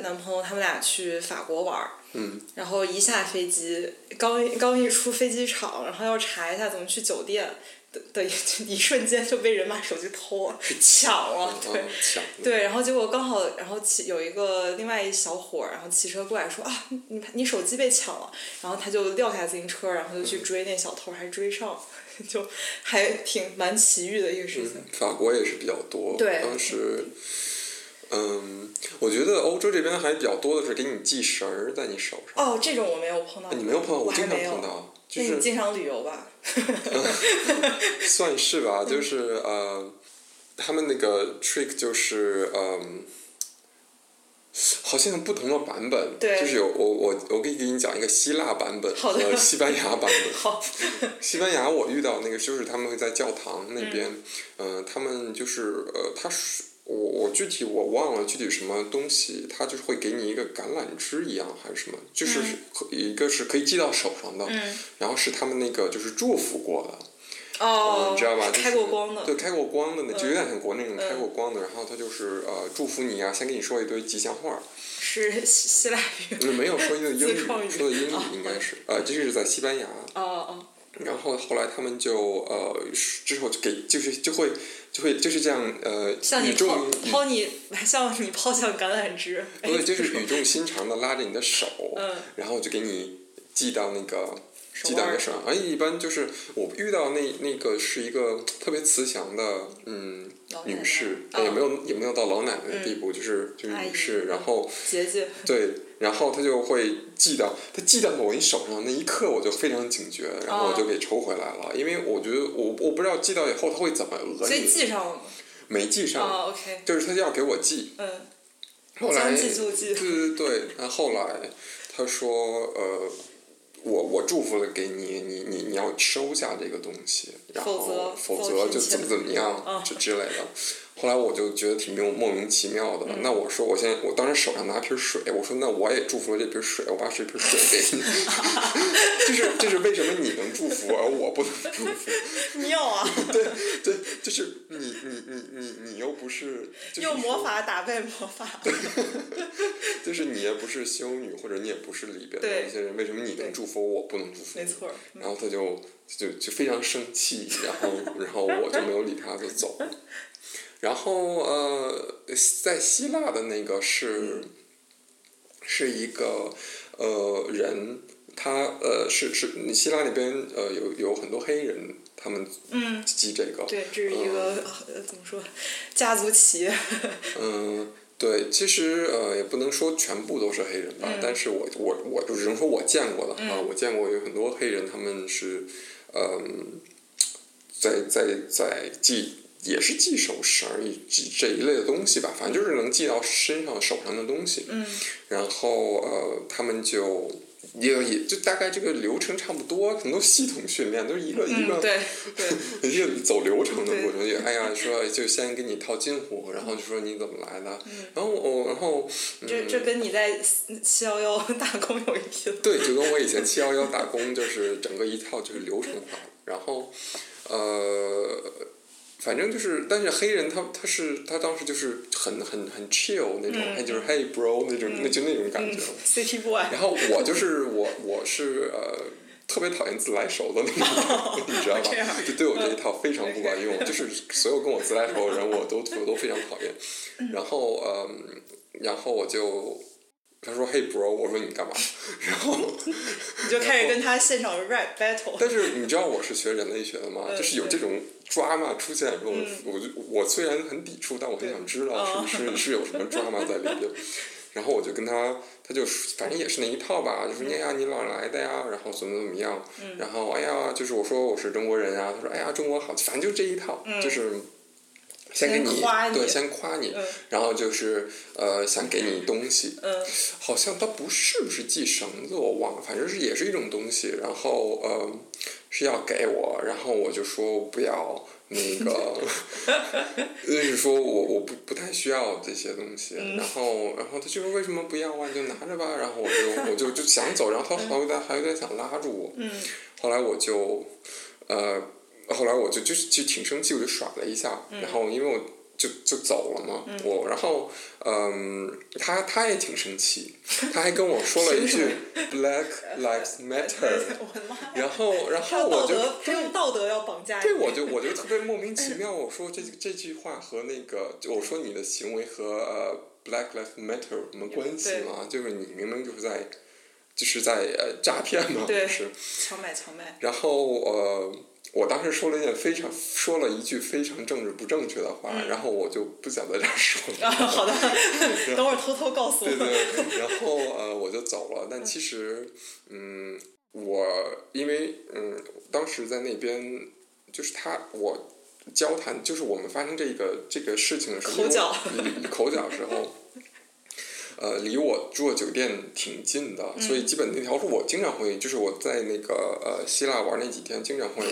Speaker 2: 男朋友他们俩去法国玩儿，
Speaker 1: 嗯
Speaker 2: 然后一下飞机，刚一刚一出飞机场，然后要查一下怎么去酒店，的的一瞬间就被人把手机偷了、抢了，哦对。
Speaker 1: 嗯抢的
Speaker 2: 对，然后结果刚好，然后骑有一个另外一小伙儿，然后骑车过来说啊，你你手机被抢了，然后他就撂下自行车，然后就
Speaker 1: 嗯
Speaker 2: 去追那小偷，还追上， 就还挺蛮奇遇的一个事情。
Speaker 1: 法国也是比较多。
Speaker 2: 对
Speaker 1: 当时，嗯，我觉得欧洲这边还比较多的是给你系绳儿在你手上。
Speaker 2: 哦，这种我没有碰到
Speaker 1: 啊
Speaker 2: 过，
Speaker 1: 你没有碰到，
Speaker 2: 我
Speaker 1: 我
Speaker 2: 还
Speaker 1: 经常
Speaker 2: 没有
Speaker 1: 碰。到，就
Speaker 2: 那你
Speaker 1: 是
Speaker 2: 经常旅游吧？
Speaker 1: 算是吧，就是呃，他们那个 trick 就是嗯。好像不同的版本，
Speaker 2: 对
Speaker 1: 就是有我我我可以给你讲一个希腊版本
Speaker 2: 好
Speaker 1: 和
Speaker 2: 的
Speaker 1: 西班牙版本，
Speaker 2: 好，
Speaker 1: 西班牙我遇到那个就是他们会在教堂那边，嗯、呃，他们就是呃，他是我我具体我忘了具体什么东西，他就是会给你一个橄榄枝一样还是什么，就是
Speaker 2: 嗯
Speaker 1: 可一个是可以系到手上的，
Speaker 2: 嗯，
Speaker 1: 然后是他们那个就是祝福过的，
Speaker 2: 哦，
Speaker 1: 你知道吧？就是
Speaker 2: 开过光的，
Speaker 1: 对，开过光的那就有点像国内那种
Speaker 2: 嗯
Speaker 1: 开过光的，然后他就是呃祝福你啊，先给你说一堆吉祥话儿，
Speaker 2: 是希希腊语。
Speaker 1: 嗯没有说的英
Speaker 2: 自创
Speaker 1: 语，
Speaker 2: 语
Speaker 1: 说的英
Speaker 2: 啊
Speaker 1: 语应该是，呃，这个是在西班牙，
Speaker 2: 哦哦，
Speaker 1: 然后后来他们就呃之后就给就是就会就会就是这样呃
Speaker 2: 像你
Speaker 1: 语
Speaker 2: 抛
Speaker 1: 重
Speaker 2: 抛你， 像你抛向橄榄枝。哎
Speaker 1: 不是就是语重心长的拉着你的手，
Speaker 2: 嗯
Speaker 1: 然后就给你系到那个
Speaker 2: 手
Speaker 1: 系到那
Speaker 2: 腕
Speaker 1: 个
Speaker 2: 儿
Speaker 1: 手上。哎，一般就是我遇到那那个是一个特别慈祥的嗯
Speaker 2: 老奶奶
Speaker 1: 女士，哎
Speaker 2: 哦
Speaker 1: 也没有也没有到老奶奶的地步，就是就是
Speaker 2: 阿
Speaker 1: 女
Speaker 2: 姨嗯
Speaker 1: 士，然后
Speaker 2: 结界。
Speaker 1: 对，然后他就会记到，他记到我一手上那一刻，我就非常警觉，然后我
Speaker 2: 哦
Speaker 1: 就给抽回来了，因为我觉得我我不知道记到以后他会怎么讹
Speaker 2: 所以
Speaker 1: 你，
Speaker 2: 记上了吗？
Speaker 1: 没记上，
Speaker 2: 哦，OK，
Speaker 1: 就是他要给我记，
Speaker 2: 嗯，
Speaker 1: 后来
Speaker 2: 将
Speaker 1: 对
Speaker 2: 记就记。
Speaker 1: 对对，然后后来他说呃，我我祝福了给你，你你你要收下这个东西，然
Speaker 2: 否
Speaker 1: 后
Speaker 2: 则
Speaker 1: 否
Speaker 2: 否
Speaker 1: 则
Speaker 2: 则
Speaker 1: 就
Speaker 2: 你
Speaker 1: 怎么怎么
Speaker 2: 嗯
Speaker 1: 样这之类的。后来我就觉得挺莫莫名其妙
Speaker 2: 嗯
Speaker 1: 的。那我说，我现在我当时手上拿瓶水，我说那我也祝福了这瓶水，我把这瓶水 给你。 就是就是为什么你能祝福而我不能 祝福？
Speaker 2: 妙啊！
Speaker 1: 对，就是你你你你你又不是、就是、
Speaker 2: 用魔法打败魔法。
Speaker 1: 就是你也不是修女，或者你也不是里边的
Speaker 2: 对
Speaker 1: 那些人，为什么你
Speaker 2: 对
Speaker 1: 能祝福我不能祝福？
Speaker 2: 没。错儿。
Speaker 1: 然后他就就就非常生气，然后然后我就没有理他，就走了。然后呃，在希腊的那个是、
Speaker 2: 嗯
Speaker 1: 是一个呃人，他呃是是希腊那边呃有有很多黑人，他们
Speaker 2: 嗯，
Speaker 1: 记这个，
Speaker 2: 对，这是一个呃怎么说，家族企业。
Speaker 1: 嗯，对，其实呃也不能说全部都是黑人吧，
Speaker 2: 嗯
Speaker 1: 但是我我我就只能说我见过的哈，
Speaker 2: 嗯
Speaker 1: 我见过有很多黑人他们是，嗯，在在在系也是系手绳儿以及这一类的东西吧，反正就是能系到身上手上的东西，
Speaker 2: 嗯
Speaker 1: 然后呃他们就。也也就大概这个流程差不多，很多系统训练都是一个、一个
Speaker 2: 嗯，对对，
Speaker 1: 一个走流程的
Speaker 2: 对
Speaker 1: 过程，就哎呀，说就先给你套近乎，然后就说你怎么来
Speaker 2: 嗯
Speaker 1: 的，然后我、然后
Speaker 2: 这这跟你在七幺幺打工有一拼。
Speaker 1: 对，就跟我以前七幺幺打工就是整个一套就是流程化的，然后呃，反正就是，但是黑人他他是他当时就是很很很 chill 那种，
Speaker 2: 嗯
Speaker 1: 他就是 hey bro 那种，那就那种感
Speaker 2: 嗯
Speaker 1: 觉。
Speaker 2: ，City Boy。
Speaker 1: 然后我就是我我是呃。特别讨厌自来熟的那种， 你知道吧
Speaker 2: 这样？嗯
Speaker 1: 就对我这一套非常不管用，就是 所有跟我自来熟的人，我都我都非常讨厌。然后嗯，然后我就他说嘿 bro，我说你干嘛？然后
Speaker 2: 你就开始跟他现场 rap battle。
Speaker 1: 但是你知道我是学人类学的吗？
Speaker 2: 嗯
Speaker 1: 就是有这种 drama 出现的时候，
Speaker 2: 嗯
Speaker 1: 我就我虽然很抵触，但我很想知道
Speaker 2: 哦
Speaker 1: 是是 是有什么 drama 在里边。然后我就跟他，他就反正也是那一套吧，就说哎呀你哪儿来的
Speaker 2: 嗯
Speaker 1: 呀，然后怎么怎么样，然后哎呀就是我说我是中国人啊，他说哎呀中国好，反正就这一套，就是先给
Speaker 2: 嗯先夸你
Speaker 1: 对先夸你，
Speaker 2: 嗯
Speaker 1: 然后就是呃想给你东西，
Speaker 2: 嗯
Speaker 1: 好像它不是不是系绳子，我忘了，反正是也是一种东西。然后呃，是要给我，然后我就说不要那个，就是说我我不不太需要这些东西。然后然后他就说为什么不要啊？你就拿着吧。然后我就我就就想走，然后他还有点还有点想拉住我。
Speaker 2: 嗯
Speaker 1: 后来我就呃，后来我就就是就挺生气，我就甩了一下。然后因为我就就走了嘛。我然后嗯，他他也挺生气，他还跟我说了一句 “Black Lives Matter”，
Speaker 2: 我的妈呀！
Speaker 1: 然后然
Speaker 2: 他
Speaker 1: 后
Speaker 2: 用
Speaker 1: 我
Speaker 2: 道
Speaker 1: 就
Speaker 2: 德，他用道德要绑架你。
Speaker 1: 对，我就我就特别莫名其妙。我说这这句话和那个，就我说你的行为和呃 Black Lives Matter 有什么关系吗？就是你明明就是在，就是在呃诈骗嘛，
Speaker 3: 对
Speaker 1: 是。
Speaker 2: 强买强卖。
Speaker 1: 然后呃，我当时说了一件非常说了一句非常政治不正确的话，
Speaker 2: 嗯
Speaker 1: 然后我就不想在这儿说了。
Speaker 2: 啊，好的，等会儿偷偷告诉
Speaker 1: 对
Speaker 2: 我。
Speaker 1: 对，然后 呃我就走了。但其实，嗯，我因为嗯当时在那边，就是他我交谈，就是我们发生这个这个事情的时候，
Speaker 2: 口角
Speaker 1: 因为我口角的时候。呃，离我住的酒店挺近
Speaker 2: 嗯
Speaker 1: 的，所以基本那条路我经常会，就是我在那个呃希腊玩那几天，经常会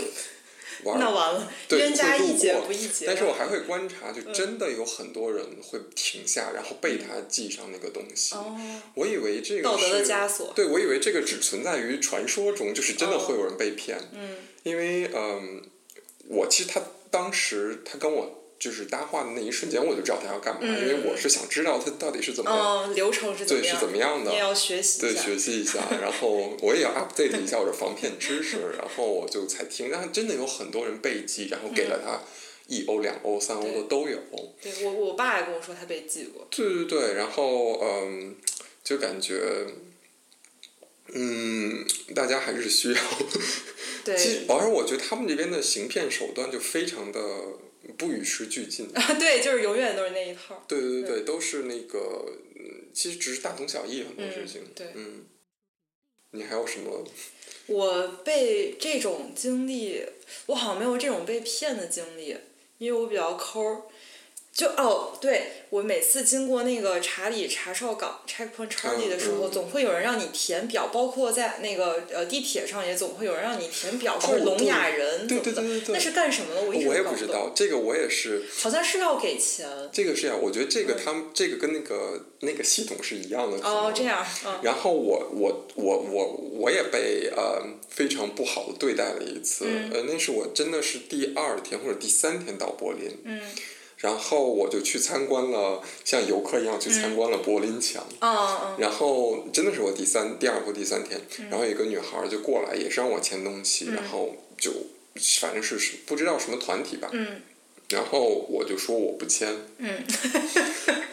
Speaker 1: 玩
Speaker 2: 那啊完了，
Speaker 1: 对
Speaker 2: 冤家
Speaker 1: 会路
Speaker 2: 宜解
Speaker 1: 过
Speaker 2: 不宜结。
Speaker 1: 但是我还会观察，就
Speaker 2: 嗯
Speaker 1: 真的有很多人会停下，然后被他记上那个东西。
Speaker 2: 哦
Speaker 1: 我以为这个
Speaker 2: 道德的
Speaker 1: 是
Speaker 2: 枷锁
Speaker 1: 对我以为这个只存在于传说中，就是真的会有人被骗。
Speaker 2: 嗯
Speaker 1: 因为嗯，我其实他当时他跟我就是搭话的那一瞬间，我就知道他要干嘛，因为我是想知道他到底是怎么、
Speaker 2: 嗯，流程嗯是怎么
Speaker 1: 对是
Speaker 2: 样？
Speaker 1: 怎么样的
Speaker 2: 你也。要学习
Speaker 1: 对，
Speaker 2: 一下。
Speaker 1: 学习一下，然后我也要 update 一下我的防骗知识，然后我就才听，但真的有很多人被记，然后给
Speaker 2: 嗯
Speaker 1: 了他一欧、两欧、三欧的都有。
Speaker 2: 对我，我爸也跟我说他被记过。
Speaker 1: 对对对，然后嗯，就感觉，嗯，大家还是需要。
Speaker 2: 对
Speaker 1: 其实，而我觉得他们这边的行骗手段就非常的不与时俱 进。
Speaker 2: 啊， 对，就是永远都是那一套。
Speaker 1: 对对对对，都是那个，嗯其实只是大同小异很多事情。
Speaker 2: 对
Speaker 1: 嗯，你还有什么？
Speaker 2: 我被这种经历，我好像没有这种被骗的经历，因为我比较抠儿。就哦，对我每次经过那个查理查哨岗 （Checkpoint Charlie） 的时候，
Speaker 1: 嗯
Speaker 2: 总会有人让你填表，包括在那个呃地铁上也总会有人让你填表，
Speaker 1: 哦
Speaker 2: 说是聋
Speaker 1: 对
Speaker 2: 哑人
Speaker 1: 对
Speaker 2: 怎
Speaker 1: 对
Speaker 2: 么
Speaker 1: 对对
Speaker 2: 的，
Speaker 1: 对
Speaker 2: 那是干什么的？我一直
Speaker 1: 我也
Speaker 2: 搞
Speaker 1: 不知
Speaker 2: 懂，
Speaker 1: 道，这个我也是，
Speaker 2: 好像是要给钱
Speaker 1: 这个是呀、我觉得这个
Speaker 2: 嗯
Speaker 1: 他们、这个跟那个那个系统是一样的。可
Speaker 2: 哦
Speaker 1: 能，
Speaker 2: 这样，嗯
Speaker 1: 然后我我我我我也被呃非常不好的对待了一次，
Speaker 2: 嗯
Speaker 1: 呃，那是我真的是第二天或者第三天到柏林，
Speaker 2: 嗯
Speaker 1: 然后我就去参观了，像游客一样去参观了柏林墙。
Speaker 2: 嗯嗯
Speaker 1: 然后真的是我第三、第二或第三天，然后有一个女孩儿就过来，也是让我签东西，
Speaker 2: 嗯
Speaker 1: 然后就反正是是不知道什么团体吧，
Speaker 2: 嗯
Speaker 1: 然后我就说我不签，
Speaker 2: 嗯，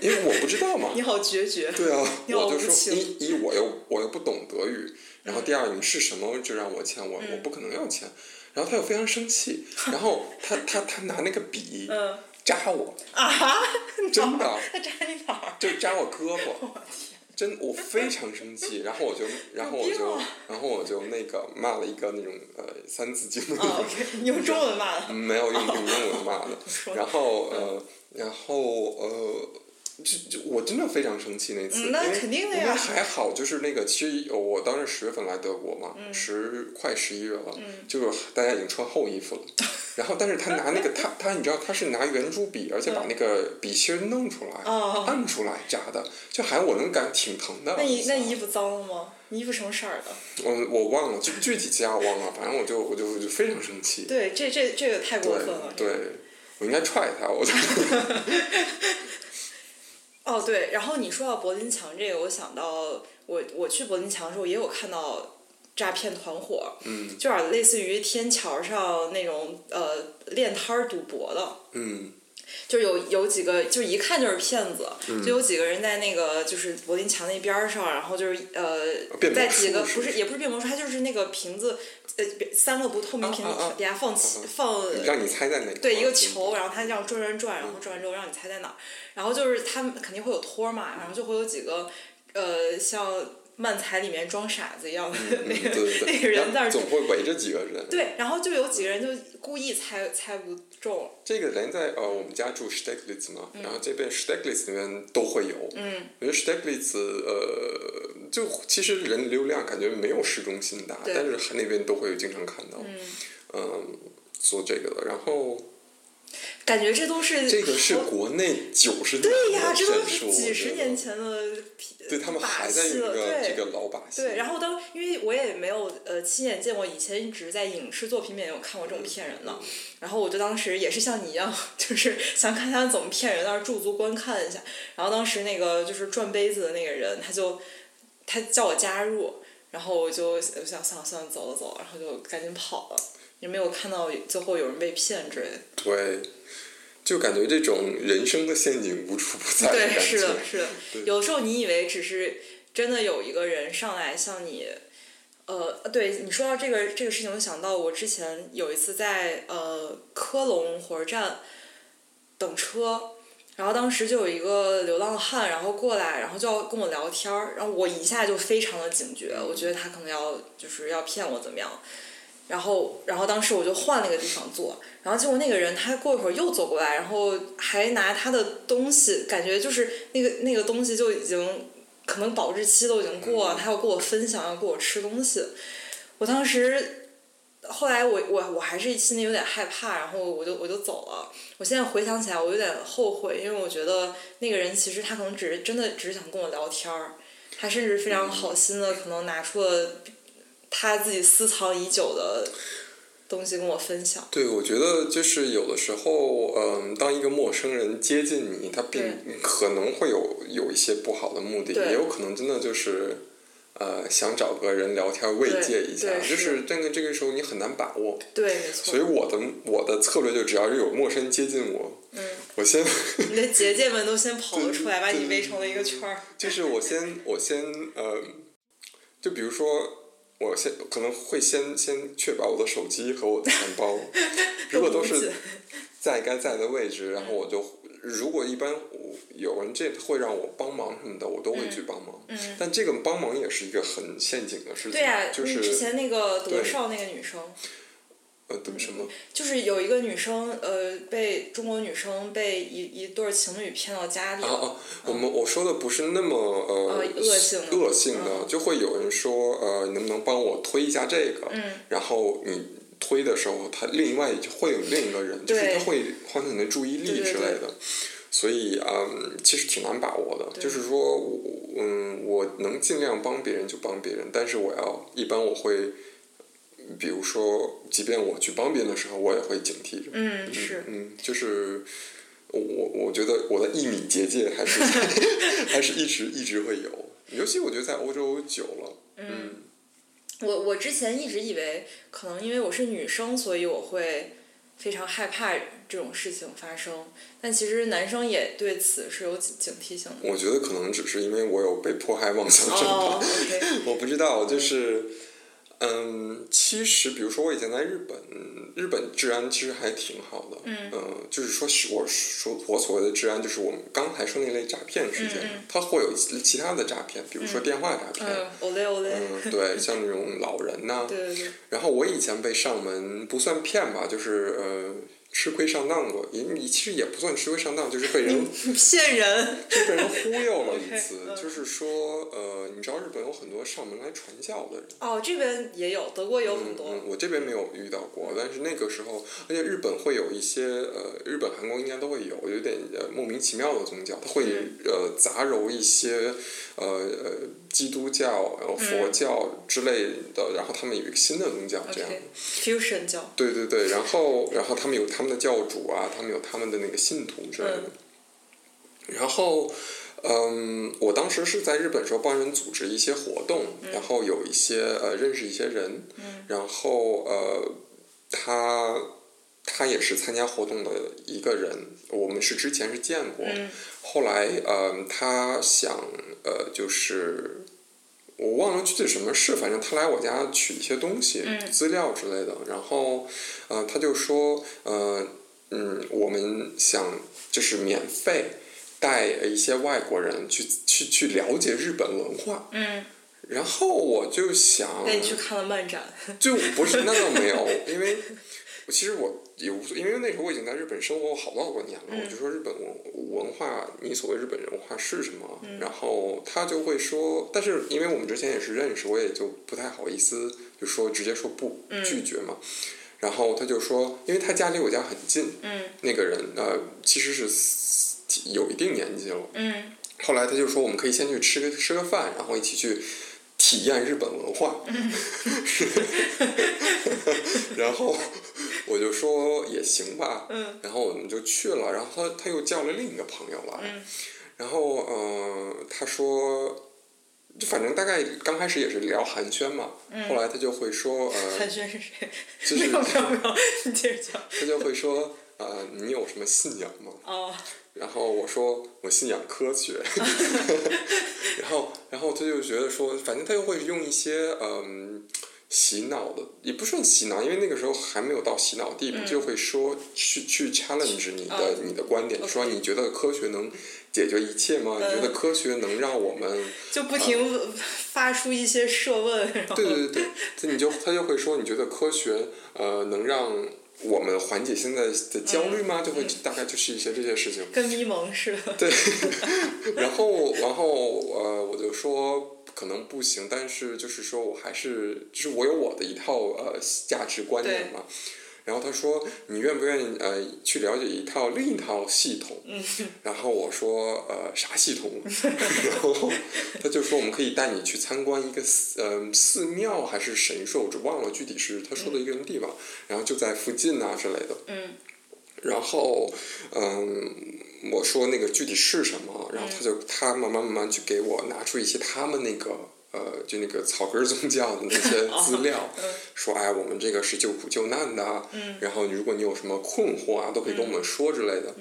Speaker 1: 因为我不知道嘛，
Speaker 2: 你好决绝，
Speaker 1: 对 啊，
Speaker 2: 你好
Speaker 1: 我就
Speaker 2: 无
Speaker 1: 说
Speaker 2: 情
Speaker 1: 一一我又我又不懂德语，然后第二你是什么就让我签，我、
Speaker 2: 嗯
Speaker 1: 我不可能要签。然后他又非常生气，然后 他他他拿那个笔
Speaker 2: 嗯
Speaker 1: 扎我，
Speaker 2: 啊哈，
Speaker 1: 真的
Speaker 2: 他扎你哪儿？
Speaker 1: 就扎我胳膊，
Speaker 2: 我天，
Speaker 1: 真我非常生气。然后我就然后我
Speaker 2: 有病
Speaker 1: 就
Speaker 2: 啊
Speaker 1: 然后我就那个骂了一个那种呃三字经的那
Speaker 2: 哦
Speaker 1: 种，
Speaker 2: ，OK，你用中文骂的。
Speaker 1: 没有用用英文骂的。
Speaker 2: 说嗯
Speaker 1: 然后呃，然后呃，就就我真的非常生气那次，
Speaker 2: 嗯那
Speaker 1: 因为
Speaker 2: 肯定的
Speaker 1: 因为
Speaker 2: 呀
Speaker 1: 还好就是那个，其实我当时十月份来德国嘛，
Speaker 2: 嗯
Speaker 1: 十快十一月了，就是大家已经穿厚衣 服了。然后，但是他拿那个他他，你知道他是拿圆珠笔，而且把那个笔芯儿弄出来，
Speaker 2: 嗯哦
Speaker 1: 按出来扎的，就还我能感挺疼的。
Speaker 2: 那你那你衣
Speaker 1: 服
Speaker 2: 服脏了吗？你衣服什么色儿的？
Speaker 1: 我我忘了，具具体几下我忘了，反正我就我就我就非常生气。
Speaker 2: 对，这这这个太过分了。
Speaker 1: 对，对我应该踹他， 我就。
Speaker 2: 哦，对，然后你说到柏林墙这个，我想到我我去柏林墙的时候也有看到诈骗团伙，
Speaker 1: 嗯
Speaker 2: 就有点类似于天桥上那种呃练摊儿赌博的。
Speaker 1: 嗯
Speaker 2: 就有有几个，就一看就是骗子，
Speaker 1: 嗯
Speaker 2: 就有几个人在那个就是柏林墙那边儿上，然后就是呃
Speaker 1: 变，魔
Speaker 2: 在几个
Speaker 1: 术是
Speaker 2: 不是也不是变魔术，它就是那个瓶子，呃，三个不透明瓶
Speaker 1: 啊啊啊
Speaker 2: 子底下放
Speaker 1: 啊啊
Speaker 2: 放
Speaker 1: 让你猜在哪个？
Speaker 2: 对一个球，然后它让转转转，然后
Speaker 1: 嗯
Speaker 2: 转完之后让你猜在哪儿，然后就是他们肯定会有托儿嘛，然后就会有几个呃像漫才里面装傻子一样的那
Speaker 1: 嗯，对
Speaker 2: 个
Speaker 1: 对对，
Speaker 2: 那个人在那
Speaker 1: 然
Speaker 2: 儿
Speaker 1: 后总会围着几个人。
Speaker 2: 对，然后就有几个人就故意猜猜不中，
Speaker 1: 这个人在呃我们家住 Steglitz 嘛，然后这边 Steglitz 那边都会有。
Speaker 2: 嗯，
Speaker 1: 我觉得 Steglitz 呃，就其实人流量感觉没有市中心大，
Speaker 2: 对
Speaker 1: 但是那边都会经常看到。嗯，做这个的，然后
Speaker 2: 感觉这都是
Speaker 1: 这个是
Speaker 2: 好
Speaker 1: 国内九十年
Speaker 2: 对
Speaker 1: 代
Speaker 2: 呀，
Speaker 1: 的
Speaker 2: 这都
Speaker 1: 骗术
Speaker 2: 是几十年。前的
Speaker 1: 对他们还在用这
Speaker 2: 把戏
Speaker 1: 个
Speaker 2: 了对
Speaker 1: 这个老把戏。
Speaker 2: 对，然后当因为我也没有呃亲眼见过，以前一直在影视作品里面有看过这种骗人的，然后我就当时也是像你一样， 就是想看他怎么骗人，当时驻足观看一下。然后当时那个就是转杯子的那个人，他就他叫我加入，然后我就想想想想走了走了，然后就赶紧跑了，也没有看到最后有人被骗之类的。
Speaker 1: 对，就感觉这种人生的陷阱无处不在感
Speaker 2: 对，
Speaker 1: 觉。
Speaker 2: 是的，是的
Speaker 1: 对。
Speaker 2: 有时候你以为只是真的有一个人上来向你，呃，对你说到这个这个事情，我就想到我之前有一次在呃科隆火车站等车。然后当时就有一个流浪汉，然后过来，然后就要跟我聊天儿，然后我一下就非常的警觉，我觉得他可能要就是要骗我怎么样，然后，然后当时我就换了一个地方坐，然后结果那个人他过一会儿又走过来，然后还拿他的东西，感觉就是那个那个东西就已经可能保质期都已经过了，他要跟我分享，要跟我吃东西。我当时，后来我我我还是心里有点害怕，然后我就我就走了。我现在回想起来，我有点后悔，因为我觉得那个人其实他可能只是真的只是想跟我聊天儿，他甚至非常好心的可能拿出了他自己私藏已久的东西跟我分享。
Speaker 1: 对，我觉得就是有的时候，嗯，当一个陌生人接近你，他并可能会有有一些不好的目的，
Speaker 2: 对
Speaker 1: 也有可能真的就是，呃，想找个人聊天慰藉一下，
Speaker 2: 对
Speaker 1: 就
Speaker 2: 对
Speaker 1: 是这个这个时候你很难把握，
Speaker 2: 对，没
Speaker 1: 所以
Speaker 2: 错。
Speaker 1: 我的我的策略就只要是有陌生人接近我，
Speaker 2: 嗯，
Speaker 1: 我先
Speaker 2: 你的结界们都先跑了出来，把
Speaker 1: 对
Speaker 2: 你围成了一个圈儿。
Speaker 1: 就是我先我先呃，就比如说。我先可能会先先确保我的手机和我的钱包， 如果都
Speaker 2: 不嗯
Speaker 1: 是
Speaker 2: 止
Speaker 1: 在该在的位置，然后我就如果一般我有人这会让我帮忙什么的，我都会去帮忙。
Speaker 2: 嗯
Speaker 1: 但这个帮忙也是一个很陷阱的事情，
Speaker 2: 对呀、
Speaker 1: 就
Speaker 2: 嗯之
Speaker 1: 是
Speaker 2: 前那个德
Speaker 1: 对
Speaker 2: 少那个女生，
Speaker 1: 呃对什么
Speaker 2: 就是有一个女生，呃，被中国女生被一一对儿情侣骗到家里
Speaker 1: 啊
Speaker 2: 了。
Speaker 1: 啊，我们我说的不是那么呃
Speaker 2: 呃嗯恶性的
Speaker 1: 恶性的，
Speaker 2: 嗯
Speaker 1: 就会有人说呃能不能帮我推一下这个，
Speaker 2: 嗯，
Speaker 1: 然后你推的时候，他另外就会有另一个人，就是
Speaker 2: 对
Speaker 1: 他会换成你的注意力
Speaker 2: 对对对
Speaker 1: 之类的。所以，嗯，其实挺难把握的。
Speaker 2: 对
Speaker 1: 就是说，我嗯，我能尽量帮别人就帮别人，但是我要一般我会，比如说，即便我去帮别人的时候，我也会警惕着。
Speaker 2: 嗯，是。
Speaker 1: 嗯，就是我我我觉得我的一米结界还是 还是一直一直会有，尤其我觉得在欧洲久了，嗯
Speaker 2: 我我之前一直以为，可能因为我是女生，所以我会非常害怕这种事情发生。但其实男生也对此是有警警惕性的。
Speaker 1: 我觉得可能只是因为我有被迫害妄想症吧。
Speaker 2: 哦，OK，
Speaker 1: 我不知道，就是，嗯，其实比如说我以前在日本，日本治安其实还挺好的，
Speaker 2: 嗯
Speaker 1: 呃就是说是我说我所谓的治安，就是我们刚才说那类诈骗事件，
Speaker 2: 嗯嗯
Speaker 1: 它会有其其他的诈骗，比如说电话诈骗，
Speaker 2: 嗯，o l 欧 y
Speaker 1: 嗯对，像那种老人呐、
Speaker 2: 对对对，
Speaker 1: 然后我以前被上门不算骗吧，就是呃吃亏上当过，也你其实也不算吃亏上当，就是被 人
Speaker 2: 你骗人。
Speaker 1: 就 被人忽悠了一
Speaker 2: OK，
Speaker 1: 次，
Speaker 2: 嗯
Speaker 1: 就是说呃，你知道日本有很多上门来传教的人。
Speaker 2: 哦，这边也有，德国有很多。嗯
Speaker 1: 嗯，我这边没有遇到过，但是那个时候，而且日本会有一些呃，日本、韩国应该都会有，有点呃莫名其妙的宗教，它会、
Speaker 2: 嗯
Speaker 1: 呃杂糅一些呃呃基督教、然后佛
Speaker 2: 嗯
Speaker 1: 教之类的，然后他们有一个新的宗教嗯这样。
Speaker 2: OK，fusion 教。
Speaker 1: 对对对，然后然后他们有他们的教主啊，他们有他们的那个信徒之类的。然后，嗯，我当时是在日本时候帮人组织一些活动，然后有一些呃认识一些人，
Speaker 2: 嗯
Speaker 1: 然后呃他他也是参加活动的一个人，我们是之前是见过，
Speaker 2: 嗯
Speaker 1: 后来呃他想呃就是。我忘了具体什么事，反正他来我家取一些东西、
Speaker 2: 嗯
Speaker 1: 资料之类的，然后，呃，他就说，呃，嗯，我们想就是免费带一些外国人去去去了解日本文化，
Speaker 2: 嗯，
Speaker 1: 然后我就想，
Speaker 2: 带你去看了漫展。
Speaker 1: 就不是那倒没有， 因为我其实我也无所，因为那时候我已经在日本生活好多好多年了，
Speaker 2: 嗯
Speaker 1: 我就说日本文文化，你所谓日本文化是什么？
Speaker 2: 嗯
Speaker 1: 然后他就会说，但是因为我们之前也是认识，我也就不太好意思就说直接说不、
Speaker 2: 嗯
Speaker 1: 拒绝嘛。然后他就说，因为他家离我家很近，
Speaker 2: 嗯
Speaker 1: 那个人呃其实是有一定年纪了，
Speaker 2: 嗯
Speaker 1: 后来他就说，我们可以先去吃个吃个饭，然后一起去体验日本文化。 然后我就说也行吧。
Speaker 4: 嗯
Speaker 1: 然后我们就去了，然后他他又叫了另一个朋友来，
Speaker 4: 嗯
Speaker 1: 然后呃，他说，就反正大概刚开始也是聊寒暄嘛，
Speaker 4: 嗯
Speaker 1: 后来他就会说 呃
Speaker 4: 寒，暄是谁？
Speaker 1: 就
Speaker 4: 没
Speaker 1: 是
Speaker 4: 有没有没有， 你接着讲。
Speaker 1: 他就会说呃，你有什么信仰吗？
Speaker 4: 哦，
Speaker 1: 然后我说我信仰科学， 然后然后他就觉得说，反正他又会用一些嗯洗脑的，也不算洗脑，因为那个时候还没有到洗脑地步，就会说去去 challenge 你的、
Speaker 4: 哦
Speaker 1: 你的观点，说你觉得科学能解决一切吗？你觉得科学能让我们
Speaker 4: 就不停发出一些设问，然后
Speaker 1: 啊对对对，他你就他就会说，你觉得科学呃能让我们缓解现在的焦虑吗？就会大概就是一些这些事情。
Speaker 4: 跟咪蒙似的。
Speaker 1: 对，然后然后呃，我就说可能不行，但是就是说我还是就是我有我的一套呃价值观念嘛。然后他说你愿不愿意呃去了解一套另一套系统？然后我说呃啥系统？然后他就说我们可以带你去参观一个寺呃寺庙还是神社，我只忘了具体是他说的一个什么地方，然后就在附近啊之类的。
Speaker 4: 嗯
Speaker 1: 然后，嗯，我说那个具体是什么，然后他就他慢慢慢慢去给我拿出一些他们那个呃，就那个草根儿宗教的那些资料，说哎，我们这个是救苦救难的啊，
Speaker 4: 嗯
Speaker 1: 然后如果你有什么困惑啊，都可以跟我们说之类的。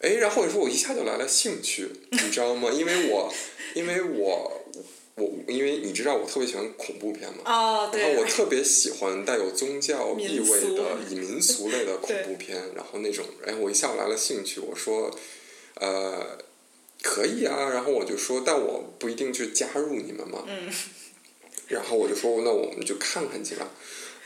Speaker 1: 哎，然后你说我一下就来了兴趣，你知道吗？因为我，因为我，我因为你知道我特别喜欢恐怖片嘛，
Speaker 4: 哦，
Speaker 1: 然后
Speaker 4: 对
Speaker 1: 我，特别喜欢带有宗教意味
Speaker 4: 民
Speaker 1: 的
Speaker 4: 俗
Speaker 1: 以民俗类的恐怖片，然后那种，哎，我一下来了兴趣，我说，呃，可以啊，然后我就说，但我不一定去加入你们嘛，
Speaker 4: 嗯
Speaker 1: 然后我就说，那我们就看看去吧，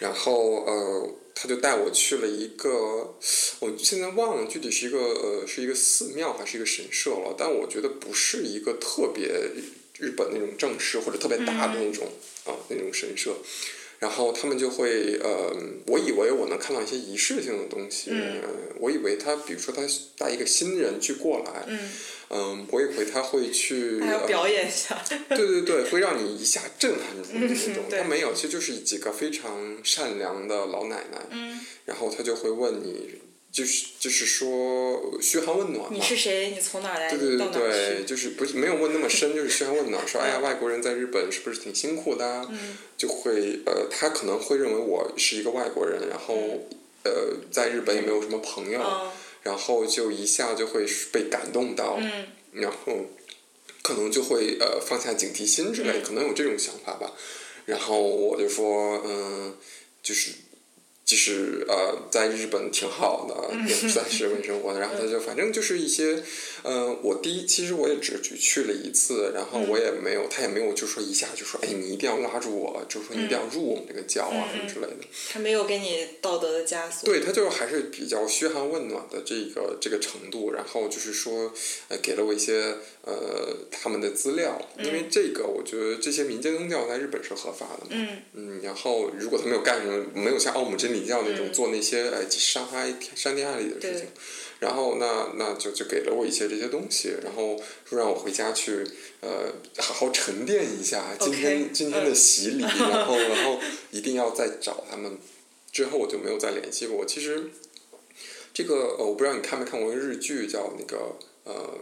Speaker 1: 然后呃，他就带我去了一个，我现在忘了具体是一个呃是一个寺庙还是一个神社了，但我觉得不是一个特别日本那种正式或者特别大
Speaker 4: 嗯
Speaker 1: 的那种啊、那种神社。然后他们就会，呃，我以为我能看到一些仪式性的东西，
Speaker 4: 嗯
Speaker 1: 呃我以为他，比如说他带一个新人去过来，嗯、
Speaker 4: 嗯，
Speaker 1: 我以为他会去，
Speaker 4: 还要
Speaker 1: 呃
Speaker 4: 表演一下。
Speaker 1: 对对对，会让你一下震撼住的那种。
Speaker 4: 嗯对
Speaker 1: 但没有，其实就是几个非常善良的老奶奶，
Speaker 4: 嗯，
Speaker 1: 然后她就会问你，就是就是说嘘寒问暖嘛
Speaker 4: 你。是谁？你从哪儿来？
Speaker 1: 对对
Speaker 4: 你
Speaker 1: 对
Speaker 4: 到哪儿
Speaker 1: 对，
Speaker 4: 去？嗯
Speaker 1: 就是不是没有问那么深，就是嘘寒问暖，说哎呀，外国人在日本是不是挺辛苦的啊？就会呃，他可能会认为我是一个外国人，然后呃，在日本也没有什么朋友，
Speaker 4: 嗯
Speaker 1: 然后就一下就会被感动到，
Speaker 4: 嗯
Speaker 1: 然后可能就会呃放下警惕心之类，
Speaker 4: 嗯
Speaker 1: 可能有这种想法吧。然后我就说，嗯、就是就是呃，在日本挺好的，也不算是为生活的。然后他就反正就是一些，呃，我第一其实我也只只去了一次，然后我也没有，他也没有就说一下就说，哎，你一定要拉住我，就说你一定要入我们这个教啊、什么之类的。
Speaker 4: 他没有给你道德的枷锁。
Speaker 1: 对他就是还是比较嘘寒问暖的这个这个程度，然后就是说，呃，给了我一些呃他们的资料，因为这个我觉得这些民间宗教在日本是合法的嘛，
Speaker 4: 嗯
Speaker 1: 嗯，然后如果他没有干什么，没有像奥姆真理教那种
Speaker 4: 嗯
Speaker 1: 做那些呃伤害天伤天害理的事情
Speaker 4: 对，
Speaker 1: 然后那那就就给了我一些这些东西，然后说让我回家去呃好好沉淀一下今天
Speaker 4: OK，嗯
Speaker 1: 今天的洗礼，然后然 后一定要再找他们。之后我就没有再联系过。其实这个呃，我不知道你看没看过一个日剧叫那个呃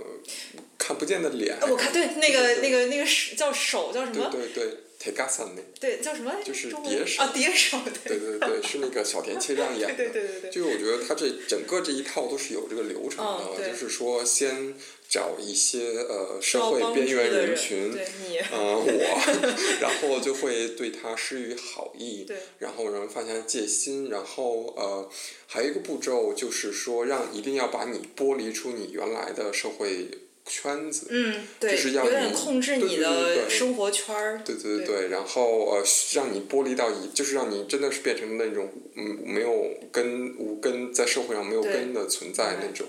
Speaker 1: 看不见的脸，
Speaker 4: 哎我看对那个那
Speaker 1: 对
Speaker 4: 个那个手叫手叫什
Speaker 1: 对
Speaker 4: 么？
Speaker 1: 对对。铁嘎桑那，
Speaker 4: 对，叫什么来着？
Speaker 1: 就是
Speaker 4: 中文
Speaker 1: 叠手
Speaker 4: 啊，叠手
Speaker 1: 对
Speaker 4: 对
Speaker 1: 对对，是那个小田切让演 的。
Speaker 4: 对对对对对。
Speaker 1: 就是我觉得他这整个这一套都是有这个流程的，啊
Speaker 4: 嗯对
Speaker 1: 就是说先找一些呃社
Speaker 4: 要
Speaker 1: 会
Speaker 4: 帮
Speaker 1: 边
Speaker 4: 助
Speaker 1: 缘
Speaker 4: 的
Speaker 1: 人群，
Speaker 4: 对你，
Speaker 1: 呃我， 然后就会对他施予好意，
Speaker 4: 对
Speaker 1: 然后让人放下戒心，然后呃，还有一个步骤就是说让一定要把你剥离出你原来的社会圈子，
Speaker 4: 嗯，对，
Speaker 1: 就是要
Speaker 4: 有点
Speaker 1: 你
Speaker 4: 控制
Speaker 1: 对
Speaker 4: 你
Speaker 1: 对对对
Speaker 4: 的
Speaker 1: 对
Speaker 4: 生活圈儿。
Speaker 1: 对对对，对，然后呃，让你剥离到一，就是让你真的是变成那种嗯没有根无根在社会上没有
Speaker 4: 对
Speaker 1: 根的存在那种，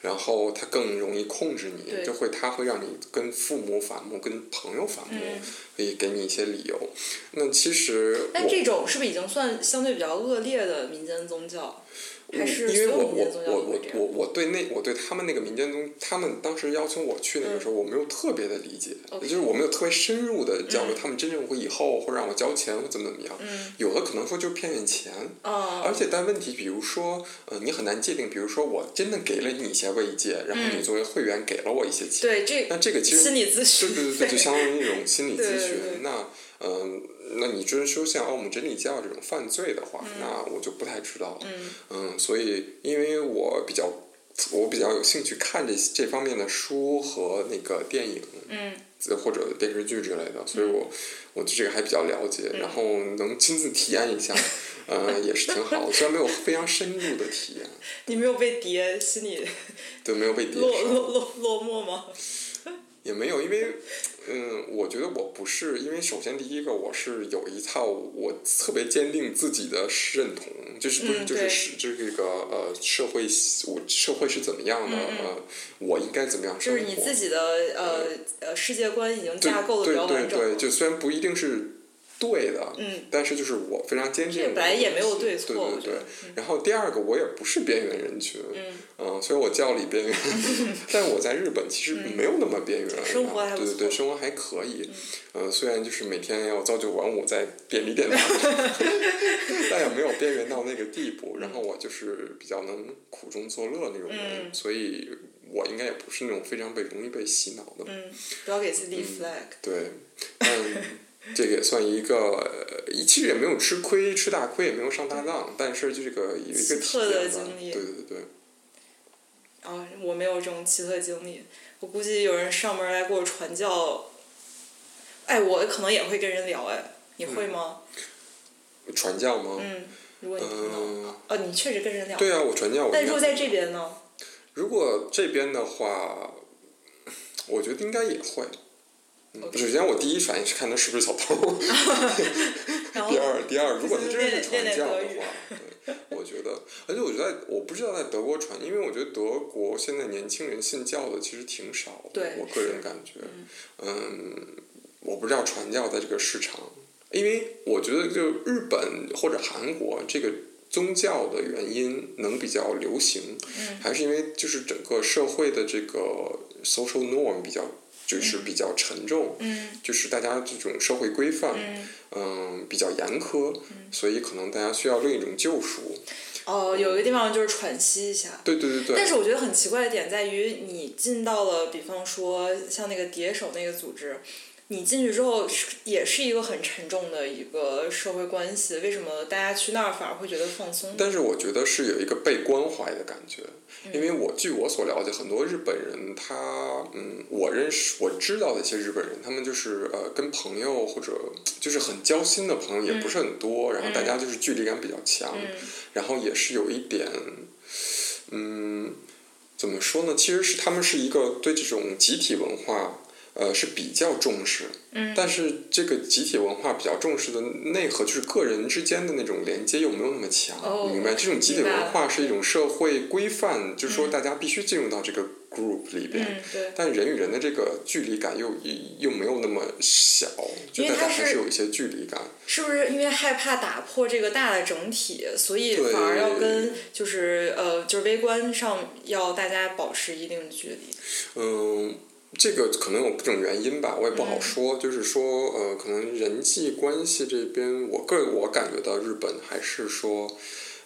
Speaker 1: 然后它更容易控制你，
Speaker 4: 对
Speaker 1: 就会它会让你跟父母反目，跟朋友反目，
Speaker 4: 嗯
Speaker 1: 可以给你一些理由。那其实
Speaker 4: 但
Speaker 1: 我
Speaker 4: 这种是不是已经算相对比较恶劣的民间宗教？
Speaker 2: 还是
Speaker 1: 嗯因为
Speaker 2: 所
Speaker 1: 我
Speaker 2: 有民
Speaker 1: 我
Speaker 2: 间宗教
Speaker 1: 我
Speaker 2: 都会
Speaker 1: 我
Speaker 2: 这样
Speaker 1: 我我对那我对他们那个民间宗，他们当时邀请我去那个时候，我没有特别的理解，
Speaker 2: 嗯 OK 嗯
Speaker 1: 就是我没有特别深入的交流，他们真正会以后会让我交钱或怎么怎么样，有的可能说就是骗骗钱，
Speaker 2: 啊，
Speaker 1: 而且但问题，比如说，呃，你很难界定，比如说我真的给了你一些慰藉，然后你作为会员给了我一些钱，
Speaker 2: 嗯对这
Speaker 1: 那这个其实
Speaker 2: 心理咨询
Speaker 1: 对对对，就相当于一种心理咨
Speaker 2: 对
Speaker 1: 询。
Speaker 2: 对对
Speaker 1: 那嗯、那你真说像奥姆真理教这种犯罪的
Speaker 2: 嗯
Speaker 1: 话，那我就不太知道了。嗯所以因为我比较我比较有兴趣看这这方面的书和那个电影，
Speaker 2: 嗯，
Speaker 1: 或者电视剧之类的，所以我、我对这个还比较了解，
Speaker 2: 嗯
Speaker 1: 然后能亲自体验一下。呃，也是挺好，虽然没有非常深入的体验，
Speaker 2: 你没有被碟心里
Speaker 1: 对，没有被叠
Speaker 2: 落
Speaker 1: 伤。
Speaker 2: 落落落寞吗？
Speaker 1: 也没有，因为，嗯，我觉得我不是，因为首先第一个，我是有一套我特别坚定自己的认同，就是不是、
Speaker 2: 嗯
Speaker 1: 就是
Speaker 2: 对
Speaker 1: 是这个呃社会我社会是怎么样的，呃，我应该怎么样
Speaker 2: 嗯就
Speaker 1: 生活。
Speaker 2: 是你自己的呃呃世界观已经
Speaker 1: 对
Speaker 2: 架构的比较
Speaker 1: 对
Speaker 2: 完
Speaker 1: 对
Speaker 2: 整
Speaker 1: 对，
Speaker 2: 了。
Speaker 1: 就虽然不一定是对的，
Speaker 2: 嗯，
Speaker 1: 但是就是我非常坚
Speaker 2: 这
Speaker 1: 定。
Speaker 2: 本来也没有对
Speaker 1: 对
Speaker 2: 错我
Speaker 1: 对
Speaker 2: 觉
Speaker 1: 对
Speaker 2: 得。嗯
Speaker 1: 然后第二个，我也不是边缘人群，嗯，所以我叫里 边缘，但我在日本其实没有那么边缘啊，
Speaker 2: 嗯生活还不
Speaker 1: 对对对，
Speaker 2: 错嗯
Speaker 1: 生活还可以，呃，虽然就是每天要朝九晚五在便利店打 工，但也没有边缘到那个地步。然
Speaker 2: 嗯
Speaker 1: 后我就是比较能苦中作乐那种人，所以我应该也不是那种非常被容易被洗脑的
Speaker 2: 嗯，不要给自己立
Speaker 1: 嗯
Speaker 2: flag。
Speaker 1: 对，但 这个也算一个，呃其实也没有吃亏，吃大亏也没有上大当，但是这个有一个
Speaker 2: 奇
Speaker 1: 体
Speaker 2: 特的
Speaker 1: 验吧
Speaker 2: 经历
Speaker 1: 对对对，
Speaker 2: 啊，我没有这种奇特经历，我估计有人上门来给我传教。哎，我可能也会跟人聊哎，你会
Speaker 1: 嗯
Speaker 2: 吗？
Speaker 1: 传教吗？
Speaker 2: 嗯，如果你听到，
Speaker 1: 嗯，
Speaker 2: 哦，你确实跟人聊。
Speaker 1: 对啊，我传教。我
Speaker 2: 但
Speaker 1: 应
Speaker 2: 如
Speaker 1: 该
Speaker 2: 果在这边呢？
Speaker 1: 如果这边的话，我觉得应该也会。嗯
Speaker 2: OK
Speaker 1: 首先，我第一反应是看他是不是小偷。
Speaker 2: 然后
Speaker 1: 第二，第二，如果他真是传教的
Speaker 2: 练练
Speaker 1: 话，对，我觉得，而且我觉得，我不知道在德国传，因为我觉得德国现在年轻人信教的其实挺少的，
Speaker 2: 对
Speaker 1: 我个人感觉，嗯，我不知道传教在这个市场，因为我觉得就日本或者韩国这个宗教的原因能比较流行，
Speaker 2: 嗯
Speaker 1: 还是因为就是整个社会的这个 social norm 比较就是比较沉重，
Speaker 2: 嗯
Speaker 1: 就是大家这种社会规范，
Speaker 2: 嗯，
Speaker 1: 嗯，比较严苛，所以可能大家需要另一种救赎。
Speaker 2: 哦，有一个地方就是喘息一下。
Speaker 1: 对对对对。
Speaker 2: 但是我觉得很奇怪的点在于，你进到了，比方说像那个碟手那个组织，你进去之后是也是一个很沉重的一个社会关系。为什么大家去那儿反而会觉得放松？
Speaker 1: 但是我觉得是有一个被关怀的感觉，
Speaker 2: 嗯
Speaker 1: 因为我据我所了解，很多日本人他，嗯，我认识我知道的一些日本人，他们就是呃跟朋友或者就是很交心的朋友
Speaker 2: 嗯
Speaker 1: 也不是很多，然后大家就是距离感比较强，然后也是有一点，嗯，怎么说呢？其实是他们是一个对这种集体文化。呃，是比较重视，
Speaker 2: 嗯
Speaker 1: 但是这个集体文化比较重视的内核就是个人之间的那种连接又没有那么强，
Speaker 2: 哦
Speaker 1: 你明白？这种集体
Speaker 2: 明白
Speaker 1: 文
Speaker 2: 了
Speaker 1: 化是一种社会规范，就是说大家必须进入到这个 group 里边，
Speaker 2: 嗯，对。
Speaker 1: 但人与人的这个距离感又又没有那么小，就
Speaker 2: 因为
Speaker 1: 大家
Speaker 2: 它是
Speaker 1: 还是有一些距离感。
Speaker 2: 是不是因为害怕打破这个大的整体，所以
Speaker 1: 对
Speaker 2: 反而要跟就是呃就是微观上要大家保持一定的距离？
Speaker 1: 嗯，这个可能有各种原因吧，我也不好
Speaker 2: 嗯
Speaker 1: 说。就是说，呃，可能人际关系这边，我个人我感觉到日本还是说，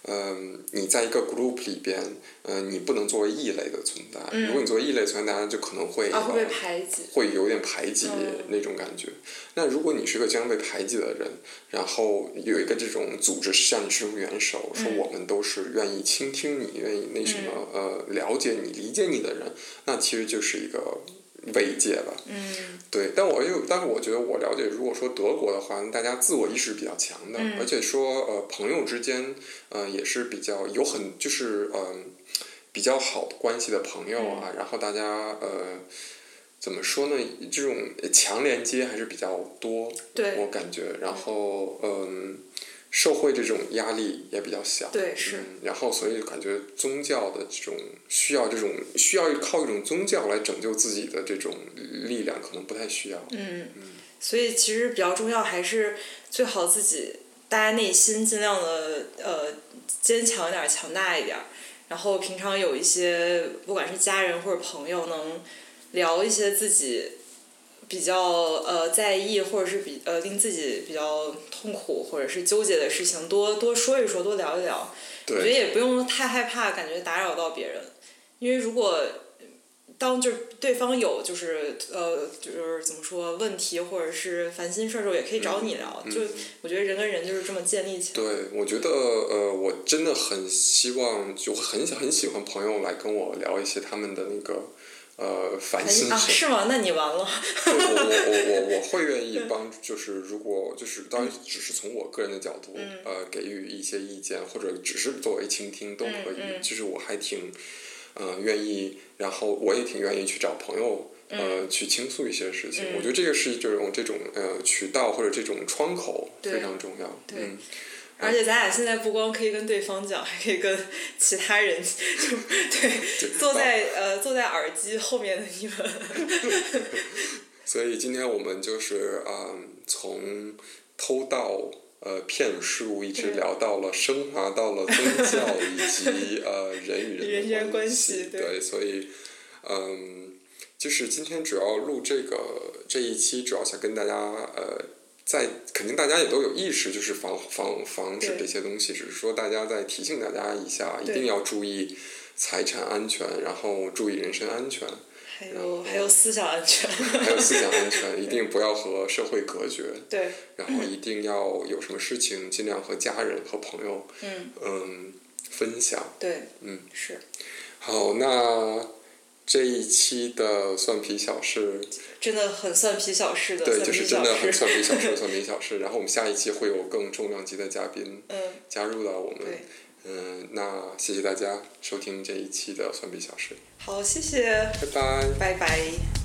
Speaker 1: 嗯、你在一个 group 里边，呃，你不能作为异类的存在。如果你作为异类存在，大家就可能会、
Speaker 2: 嗯啊，会不会
Speaker 1: 呃
Speaker 2: 排挤？
Speaker 1: 会有点排挤
Speaker 2: 嗯
Speaker 1: 那种感觉。那如果你是个经常被排挤的人，然后有一个这种组织向你伸出援手，说我们都是愿意倾听你、愿意那什么呃了解你、理解你的人，那其实就是一个慰藉吧。
Speaker 2: 嗯
Speaker 1: 对，但我又，但是我觉得我了解，如果说德国的话，大家自我意识比较强的，
Speaker 2: 嗯
Speaker 1: 而且说呃朋友之间，呃也是比较有很就是嗯、比较好的关系的朋友啊，
Speaker 2: 嗯
Speaker 1: 然后大家呃怎么说呢，这种强连接还是比较多，
Speaker 2: 对
Speaker 1: 我感觉，然后嗯、社会这种压力也比较小，
Speaker 2: 对是
Speaker 1: 嗯，然后所以感觉宗教的这种需要这种需要靠一种宗教来拯救自己的这种力量，可能不太需要。
Speaker 2: 嗯，所以其实比较重要还是最好自己。大家内心尽量的呃坚强一点儿，强大一点儿。然后平常有一些不管是家人或者朋友，能聊一些自己比较呃在意，或者是比呃令自己比较痛苦或者是纠结的事情，多多说一说，多聊一聊。我觉得
Speaker 1: 对，
Speaker 2: 也不用太害怕，感觉打扰到别人，因为如果当就是对方有就是呃就是怎么说问题或者是烦心事儿的时候，也可以找你聊。
Speaker 1: 嗯
Speaker 2: 就我觉得人跟人就是这么建立起来。
Speaker 1: 对，我觉得呃，我真的很希望，就很很喜欢朋友来跟我聊一些他们的那个呃烦心
Speaker 2: 啊，
Speaker 1: 事。
Speaker 2: 是吗？那你完了。
Speaker 1: 对 我我我 我我会愿
Speaker 2: 嗯
Speaker 1: 意帮，就是如果就是当然只是从我个人的角度，
Speaker 2: 嗯
Speaker 1: 呃，给予一些意见，或者只是作为倾听都可以。
Speaker 2: 嗯嗯
Speaker 1: 就是我还挺，呃，愿意，然后我也挺愿意去找朋友。
Speaker 2: 嗯
Speaker 1: 呃，去倾诉一些事情，我觉得这个是这种这种呃渠道或者这种窗口
Speaker 2: 对
Speaker 1: 非常重要。
Speaker 2: 对
Speaker 1: 嗯，
Speaker 2: 而且咱俩现在不光可以跟对方讲，还可以跟其他人，就
Speaker 1: 对
Speaker 2: 对，坐在呃坐在耳机后面的你们，
Speaker 1: 所以今天我们就是嗯，从偷盗、呃骗术，一直聊到了升华到了宗教以 及呃人与
Speaker 2: 人
Speaker 1: 人的
Speaker 2: 与人
Speaker 1: 关
Speaker 2: 关系
Speaker 1: 对
Speaker 2: 对
Speaker 1: 所以嗯，就是今天主要录这个这一期，主要想跟大家呃。在肯定大家也都有意识，就是防防防止
Speaker 2: 对
Speaker 1: 这些东西，只是说大家再提醒大家一下，一
Speaker 2: 对
Speaker 1: 定要注意财产安全，然后注意人身安全。
Speaker 2: 还
Speaker 1: 哦
Speaker 2: 有还有思想 安全，
Speaker 1: 还有思想安全，一定不要和社会隔绝，
Speaker 2: 对，
Speaker 1: 然后一定要有什么事情尽量和家人和朋友
Speaker 2: 嗯，
Speaker 1: 嗯分享。
Speaker 2: 对，
Speaker 1: 嗯，
Speaker 2: 是
Speaker 1: 好，那这一期的蒜皮小事，
Speaker 2: 真的很蒜皮小事的，
Speaker 1: 对，
Speaker 2: 蒜
Speaker 1: 就
Speaker 2: 皮
Speaker 1: 是真
Speaker 2: 小
Speaker 1: 的很
Speaker 2: 事，
Speaker 1: 蒜皮小 事，蒜皮小事。然后我们下一期会有更重量级的嘉宾
Speaker 2: 嗯，
Speaker 1: 加入到我们
Speaker 2: 对。，
Speaker 1: 嗯，那谢谢大家收听这一期的蒜皮小事，
Speaker 2: 好，谢谢，
Speaker 1: 拜拜。
Speaker 2: 拜拜。